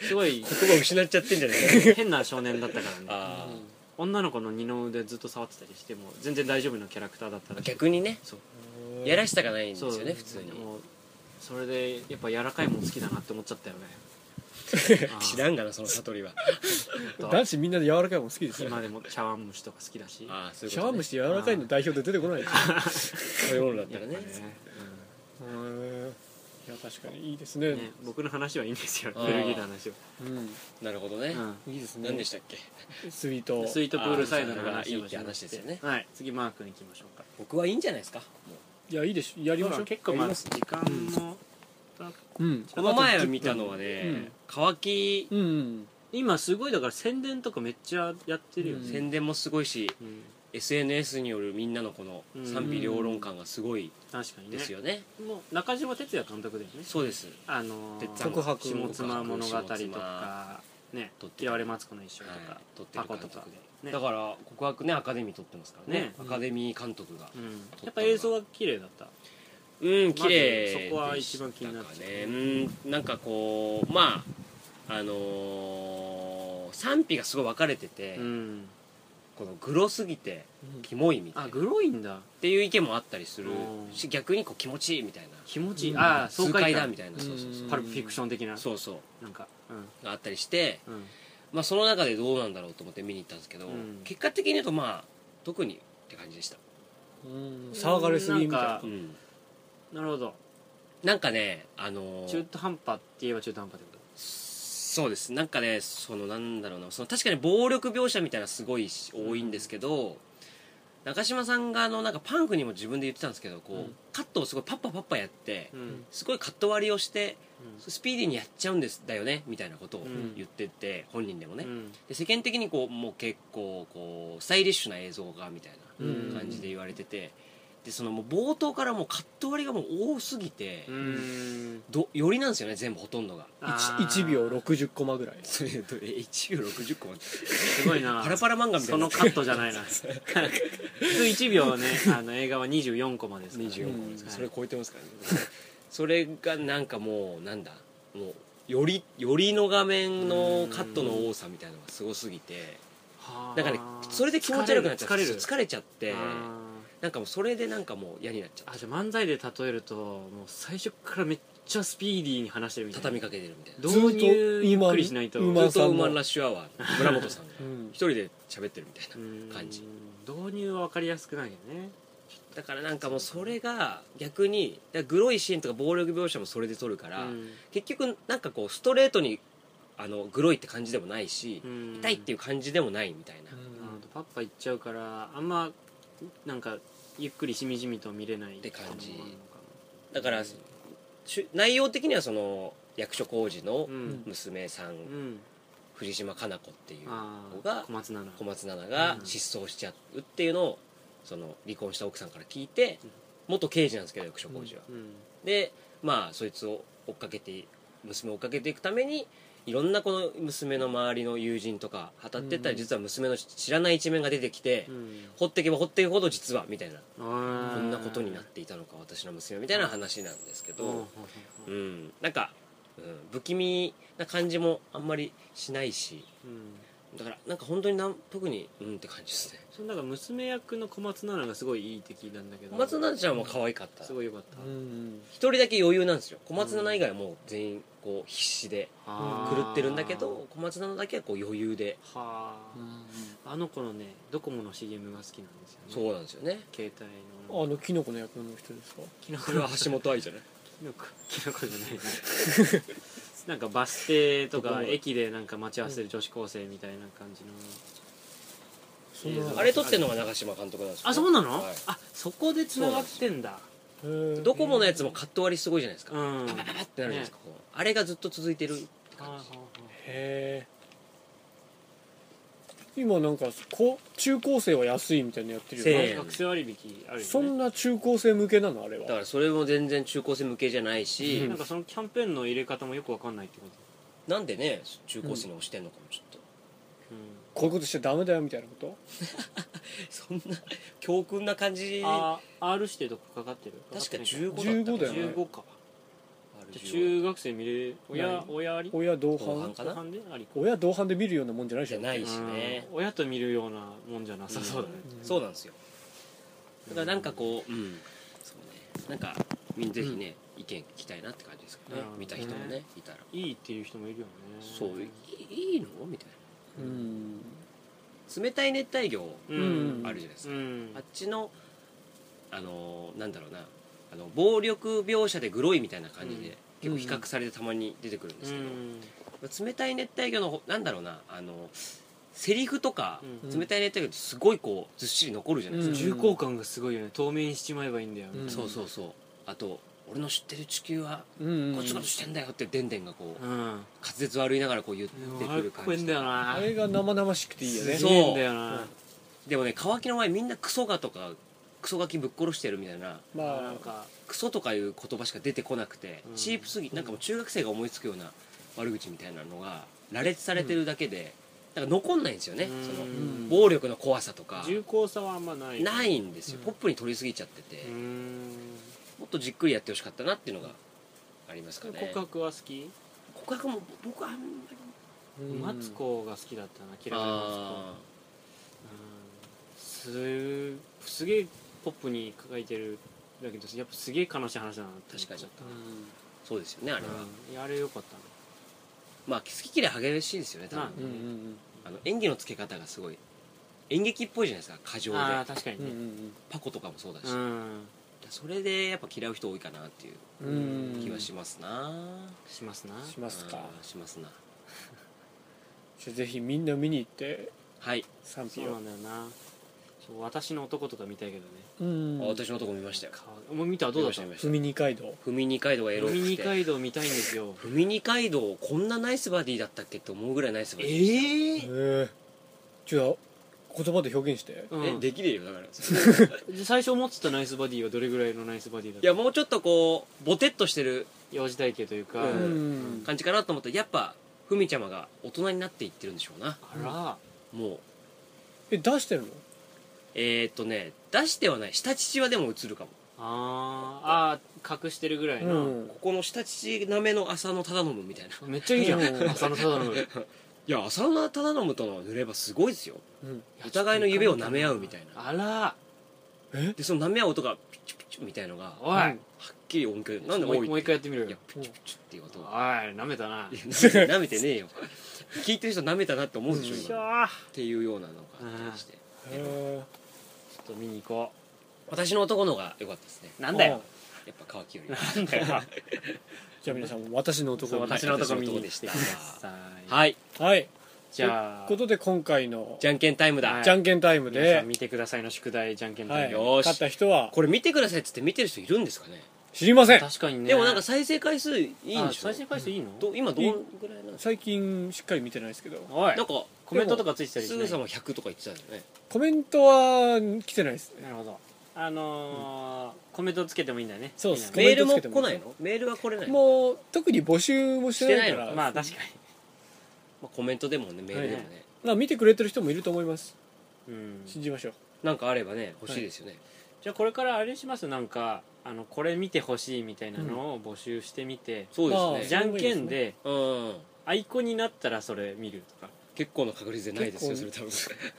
すごい言葉失っちゃってんじゃないか変な少年だったからね あ女の子の二の腕ずっと触ってたりしても全然大丈夫なキャラクターだったらあしく逆にねそうやらしたがないんですそうよね普通にもうそれでやっぱ柔らかいもん好きだなって思っちゃったよねあー 知らんがなその悟りはと男子みんなで柔らかいもん好きですよ今でも茶碗蒸しとか好きだしああそういうシャこと、ワね、ムシ柔らかいの代表で出てこないですよそういうものだっやたっらぱねねへーいや確かにいいですねうんね僕の話はいいんですよあーベルギーの話はうなるほどね、んいいですね何でしたっけスイートうんスイートプールサイドのあー話いをいって話ですよねはい次マー君いきましょうか僕はいいんじゃないですかもいやいいでしょやりましょう結構まあ時間もうんうこの前見たのはね、うん乾きうんうん今すごいだから宣伝とかめっちゃやってるよね宣伝もすごいし、うん SNS によるみんなのこの賛否両論感がすごい確かにねですよね、もう中島哲也監督だよねそうですあのー鉄腕告白下妻物語と告かね撮ってた嫌われマツコの一生とはいか、撮ってパるコ監とか督で、ねだから告白ねアカデミー撮ってますからねねアカデミー監督がうんやっぱ映像が綺麗だったうん綺麗まずそこは一番気になっちゃうでしたねうんなんかこうまああのー賛否がすごい分かれてて、うんこのグロすぎてキモいみたあいなっグロいんだていう意見もあったりするうんし逆にこう気持ちいいみたいな気持ちいうい、んああ爽爽快快だ感みたいなそうそうそうパルプフィクション的なうそうそうなんかがあったりして、うんうんまあ、その中でどうなんだろうと思って見に行ったんですけど、うん結果的に言うとまあ特にって感じでした、うん騒がれすぎみたあいなうんなるほどなんかねあのー中途半端って言えば中途半端ってこそうですなんかねそのなんだろうなその確かに暴力描写みたいなのすごいし多いんですけど、中島さんがあのなんかパンクにも自分で言ってたんですけどこう、うんカットをすごいパッパパッパやって、とうん、うんすごいカット割りをしてスピーディーにやっちゃうんですだよねみたいなことをうん言ってて、本人でもね、うんで世間的にこうもう結構こうスタイリッシュな映像がみたいうんな感じで言われてて、でそのもう冒頭からもうカット割りがもう多すぎて、うんどよりなんですよね全部ほとんどがあー1秒60コマぐらいそれとえ1秒60個すごい なパラパラ漫画みたそいなのカットじゃ ないな普通1秒ねあの映画は24コマですから、 24個個でですすかか、らそれ超えてますからね それがなんかもうなんだもうよりよりの画面のカットの多さみたいなのがすごすぎてはあだからねそれで気持ち悪くなっちゃって疲れる疲れちゃってあなんかもうそれでなんかもう嫌になっちゃーっあじゃあ漫才で例えるともう最初からめっちゃスピーディーに話してるみたたいな畳みかけてるみたいな導入ゆっくりしないとずっと今馬ずっさんともウーマンラッシュアワーの村本 さんがうん一人で喋ってるみたいなうん感じ導入は分かりやすくないよねだからなんかもうそれが逆にだからグロいシーンとか暴力描写もそれで撮るから、結局なんかこうストレートにあのグロいって感じでもないし、痛いっていいう感じでもないみたいな、うんなるほどパッパ行っちゃうからあんまなんかゆっくりしみじみと見れないって感じのもあるのかだからしゅ内容的にはその役所広司のなうん娘さうん、ん藤島加奈子っていうあ子あが小松菜奈小松菜奈がうん失踪しちゃうっていうのをその離婚した奥さんから聞いてうん元刑事なんですけど役所広司は、うんでまあそいつを追っかけて娘を追っかけていくためにいろんなこの娘の周りの友人とか当たってったうんら実は娘の知らない一面が出てきて、うん掘っていけば掘っていくほど実はみたいなここんんなことになっていたのか私の娘みたいな話なんですけどうん、なんか、うん、不気味な感じもあんまりしないしだからなんか本当になん特にうんって感じですねそのなんか娘役の小松菜奈がすごいいい敵なんだけど小松菜奈ちゃんは可愛かったす一ごいよかったうん人だけ余裕なんですよ小松菜奈以外はもう全員こう必死であー狂ってるんだけど小松菜奈だけはこう余裕ではうんああの子のねドコモの CM が好きなんですよねそうなんですよ ね携帯のあのキノコの役の人ですかキノコこれは橋本愛じゃないキノコキノコじゃないねなんかバス停とドコかモ駅でなんか待ち合わせてる女子高生みたいな感じのそんなあれ撮ってるのが長嶋監督なんですよねあそうなの、はいあそこでつながってんだうんドコモのやつもカット割りすごいじゃないですか、うんパパパパってなるじゃないですか、こうあれがずっと続いてるって感じへえ今なんかこ中高生は安いみたいなのやってるよせねー学生割引あるよねそんな中高生向けなのあれだかはらそれも全然中高生向けじゃないし、うんなんかそのキャンペーンの入れ方もよくわかんないってことなんでね中高生に押してんのかもちょっと、うこういうことしちゃダメだよみたいなことそんな教訓な感じん、あ R 指定とかかかってる確か十15だっ15ただよねね15かじゃあ中学生見れるない親親あり親同同伴伴かな半であり親同伴で見るようなもんじゃないでしじょゃないうんしね、親と見るようなもんじゃなさそうだね、うんそうなんですよだからなんかこう、うんそうねなんかみぜひね、意見聞きたいなって感じですかねなるほどね見た人もねいたらいいっていう人もいるよねそういいいいのみたいうんな冷たい熱帯魚ううんんあるじゃないですうか、んあっちのあのーなんだろうなあの暴力描写でグロいみたいな感じで、うん結構比較されてたまに出てくるんでうすけんど、冷たい熱帯魚のほなんだろうなあのセリフとか、うん冷たい熱帯魚ってすごいこうずっしり残るじゃないですか、重厚感がすごいよね透明にしちまえばいいんだよ、うんそうそうそうあと俺の知ってる地球はうんこっちのことしてんだよってでんでんがこううん、うん、滑舌悪いながらこう言っでてもくあれるかっこい感いんじだよなあれが生々しくていいよねすげえんだよなでもね乾きの前みんなクソガとかクソガキぶっ殺してるみたいなまなんあかクソとかいう言葉しか出てこなくて、うんチープすぎなんかもう中学生が思いつくような悪口みたいなのが羅列されてるだけで、なんか残んないんですよね、うんそのん暴力の怖さとか重厚さはあんまないないんですよ、うんポップに取りすぎちゃってて、うんもっとじっくりやってほしかったなっていうのがありますかね告白は好き告白も僕はあんまりうんマツコが好きだったな嫌いなマあツコうんすすげえポップに書いてるだけどやっぱすげえ悲しい話だなって思っちゃうったんーそうですよねあれは、うんいやあれよかったなまあ好き嫌い激しいですよね多分、うんうんあの演技のつけ方がすごい演劇っぽいじゃないですか過剰でああ確かうにんねパコとかもそうだし、うだかんらそれでやっぱ嫌う人多いかなっていううんうんうん気はしますな、しますなしますかあーしますなじゃあぜひみんな見に行ってはい、賛そ否うなをんだよなそう私の男とか見たいけどねうんあ私のとこ見ましたよかわいいもう見たどうだった見ました踏見まみ二階堂した踏み二階堂がエロくミてニ街道見たいんですよ踏み二階堂こんなナイスバディだったっけって思うぐらいナイスバディでしたえへえじゃあ言葉で表現してうえん、できねえよだ からで最初思ってたナイスバディはどれぐらいのナイスバディだっいたやもうちょっとこうボテっとしてる幼児体型というか、うん感じかなと思ったらやっぱふみちゃまが大人になっていってるんでしょうなあら、もうえ出してるのえー、っとね出してはない下乳はでも映るかもあーあー隠してるぐらいな、うんここの下乳なめの浅野忠信みた いないめっちゃいいじゃうんん浅野忠信や浅野忠信との塗ればすごいですようんお互いの夢を舐め合うみたいなあらでその舐め合う音がピチュピチュみたいのがはおい、うんっきり音響でなんでもう多いもう一回やってみろよいやピチュピチュっていう音おいが舐めたないや舐めて 舐めてねえよ聞いてる人舐めたなって思うでしょうん今のっゃーていうようなのがあったりしてへちょっと見に行こ私の男の方が良かったですねうやなんだよっぱ乾きよりはなんだよじゃあ皆さんも私のそう男 私の男見に行ってくださいはいはいじゃあということで今回のじゃんけんタイムだ、はいじゃんけんタイム皆さでん見てくださいの宿題じゃんけんは大い会、よーし勝った人はこれ見てくださいっつって見てる人いるんですかね知りません確かにねでもなんか再生回数いいんあでしょ再生回数いいの、ど今どんぐらいなんですか最近しっかり見てないですけどおいなんかコメントとかついてたりしすなぐいさま100とか言ってたよねコメントは来てないですねなるほどあのーコメントつけてもいいんだよねそうっすみんメーコルもメントつけて来もないのメールは来れないのもう特に募集もしてないしてかならいなねまあ確かまあコメントでもねメールでもね、まあ見てくれてる人もいると思いますに、うん、信じましょう なんかあればね欲しいですよね、じゃあこれからあれしますなんかあのこれ見てほしいみたいなのを募集してみて、そうですじねゃんけんそれもいいでうんアイコンになったらそれ見るとか結構の確率でないですよそれ結多分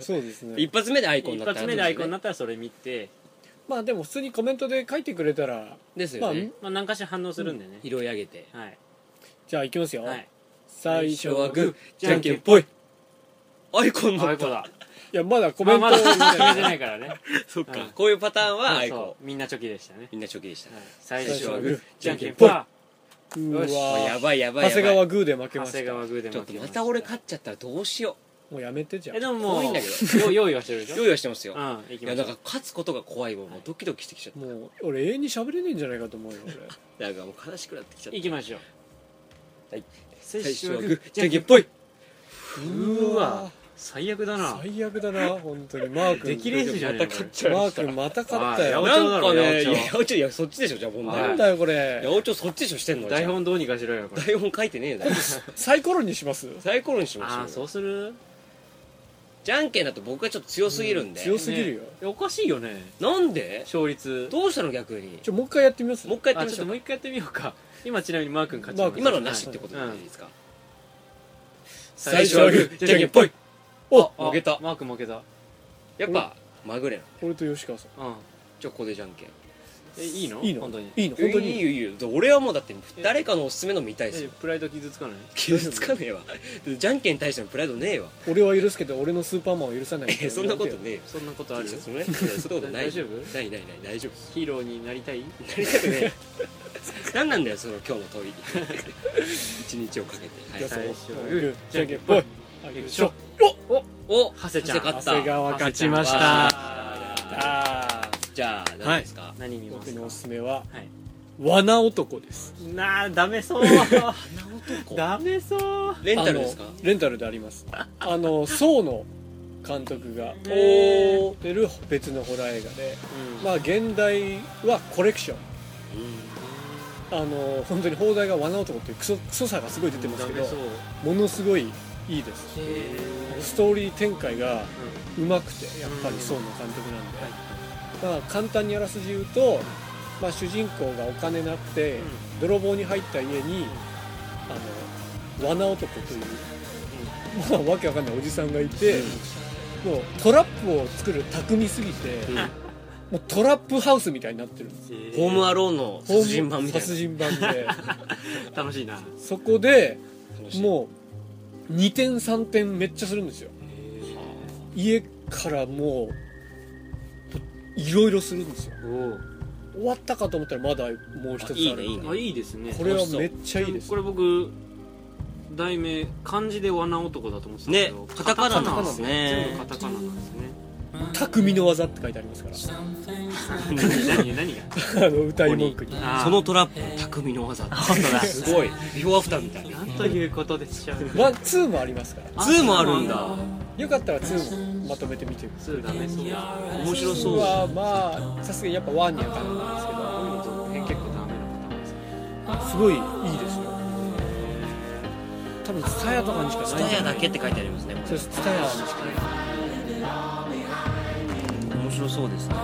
そうですね 一発目でアイコンに一なったら発目でアイコンにななったらそれ見て、まあでも普通にコメントで書いてくれたらですよね、ままあ、何かしら反応するんでね、拾い上げてはい、じゃあいきますよ、はい、最初はグーグーじゃんけんぽいアイコンアのイコンだいやまだコまメあントまをだ見てない決めてないからね そっうかんこういうパターン はアそうイコンそうみんなチョキでしたね、みんな初期でしたはいね、最最初初ははググーーじゃんけんぽぽいい長うよしもうわやばいやばいやばい長谷川グーで負けま谷した川グーでちょっとまた俺勝っちゃったらどうしよもうやめてじゃんえでもも多ういんだけどよ用意はしてるでしょ用意はしてます ようん行いきまやしょだうから勝つことが怖いわもうドキドキしてきちゃっもう俺永遠に喋れねえんじゃないかと思うよ俺ただからもう悲しくなってきちゃっ行きましょうたはい最最初初ははググーーじじゃゃんんけけんんぽいーわ最悪だな最悪だな本当にマー君できれい人じゃねえのまたこ勝れっちゃうマー君また勝ったよあなんか八ね百長だろ八百長いや八百長いやそっちでしょじゃあ問やな題ん八だよこれ百長そっちでしょしてんの台本どうにかしろよこれ台本書いてねえだろサイコロにしますサイコロにしましああょそううするじゃんけんだと僕がちょっと強すぎるんで強すぎるよねえおかしいよねなんで勝率どうしたの逆にちょもう一回やってみますもう一回やっあてちみょっとましょもう一回やってみようか今ちなみにマー君勝ちマーまし君うた今のなしってことでいいですか最初ははグーじゃんけんぽいおあ負けたマー君負けたやっぱまぐれなの俺と吉川さんうんじゃあここでじゃんけんえいいのいいの本当にいいの本当いいによいいよ俺はもうだって誰かのおすすめの見たいですえよプライド傷つかない傷つかねえわじゃんけんに対してのプライドねえわ俺は許すけど俺のスーパーマンは許さないみたいえなそんなことねえよそんなことあるいやそんなことないそんなことない大丈夫ないないない大丈夫ヒーローになりたいなりたくねえ 何なんだよその今日の 問い一日をかけて、はいじゃあそう最初はグーグーじじゃゃんんけけんんぽぽいいあげるしょお長谷ちゃん勝っ長谷た川勝ち勝まちしまたしたあじゃあ何ですか、何見ま僕すかのおすすめははい罠男ですな あダメそう男ダメそうレンタルですかあのレンタルでありますあ の宋の監督がおーおお、出る別のホラー映画でうんまあ現代はコレクションあの本当に放題が罠男っていうクソクソさがすごい出てますけどダメそうものすごいいいですへストーリー展開がーうまくてやっぱり宋の監督なんで、まあ、簡単にあらすじ言うと、まあ、主人公がお金なくて、泥棒に入った家にあの罠男という、まあ、わけわかんないおじさんがいて、もうトラップを作る巧みすぎて、うんもうトラップハウスみたいになってるんですうんへーホームアローンの殺人版みたいな殺人版で 楽しいなそこで楽しいもう2点3点めっちゃするんですよ家からもういろいろするんですよお終わったかと思ったらまだもう一つあるあいいねいいねおあいいですねこれはめっちゃいいですこれ僕題名漢字で罠男だと思ってたんですけどねカタカナなんですね全部カタカナなんですね匠の技って書いてありますか何何何がら あの歌い文句にあーそのトラップ匠の技すごいビフォーアフターみたいななんということでしょうワンツーもありますから2もあるんだよかったらツーもまとめてみてくだ2ダメそう面白さいツーそうはまあさすがにやっぱワンにはかなわこういうの続編結構ダメなパターンですねないですけどすごいいいですよ多分ツタヤとかにしかスないタヤだけって書いてありますねこそうですツタヤにしかないれ面白そうですね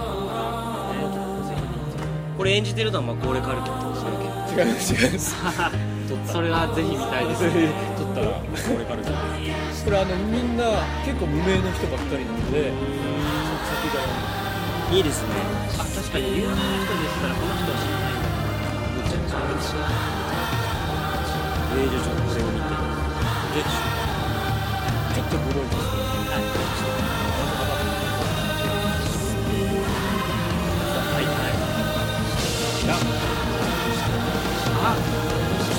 これ演じてるのはマコーレカルキンってことですね違います 違いますそれはぜひ見たいですね撮ったらこれからこれあのみんな結構無名の人ばっかりなので作がいいですねあ確かに有名な人でしたらこの人は知らないんだめちゃくちゃあれですねえーじゃあちょっとこれを見てちょっとグロいですけどはいはあ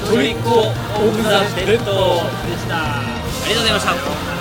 어,いトリックオブザベッドでしたありがとうございましたさようなら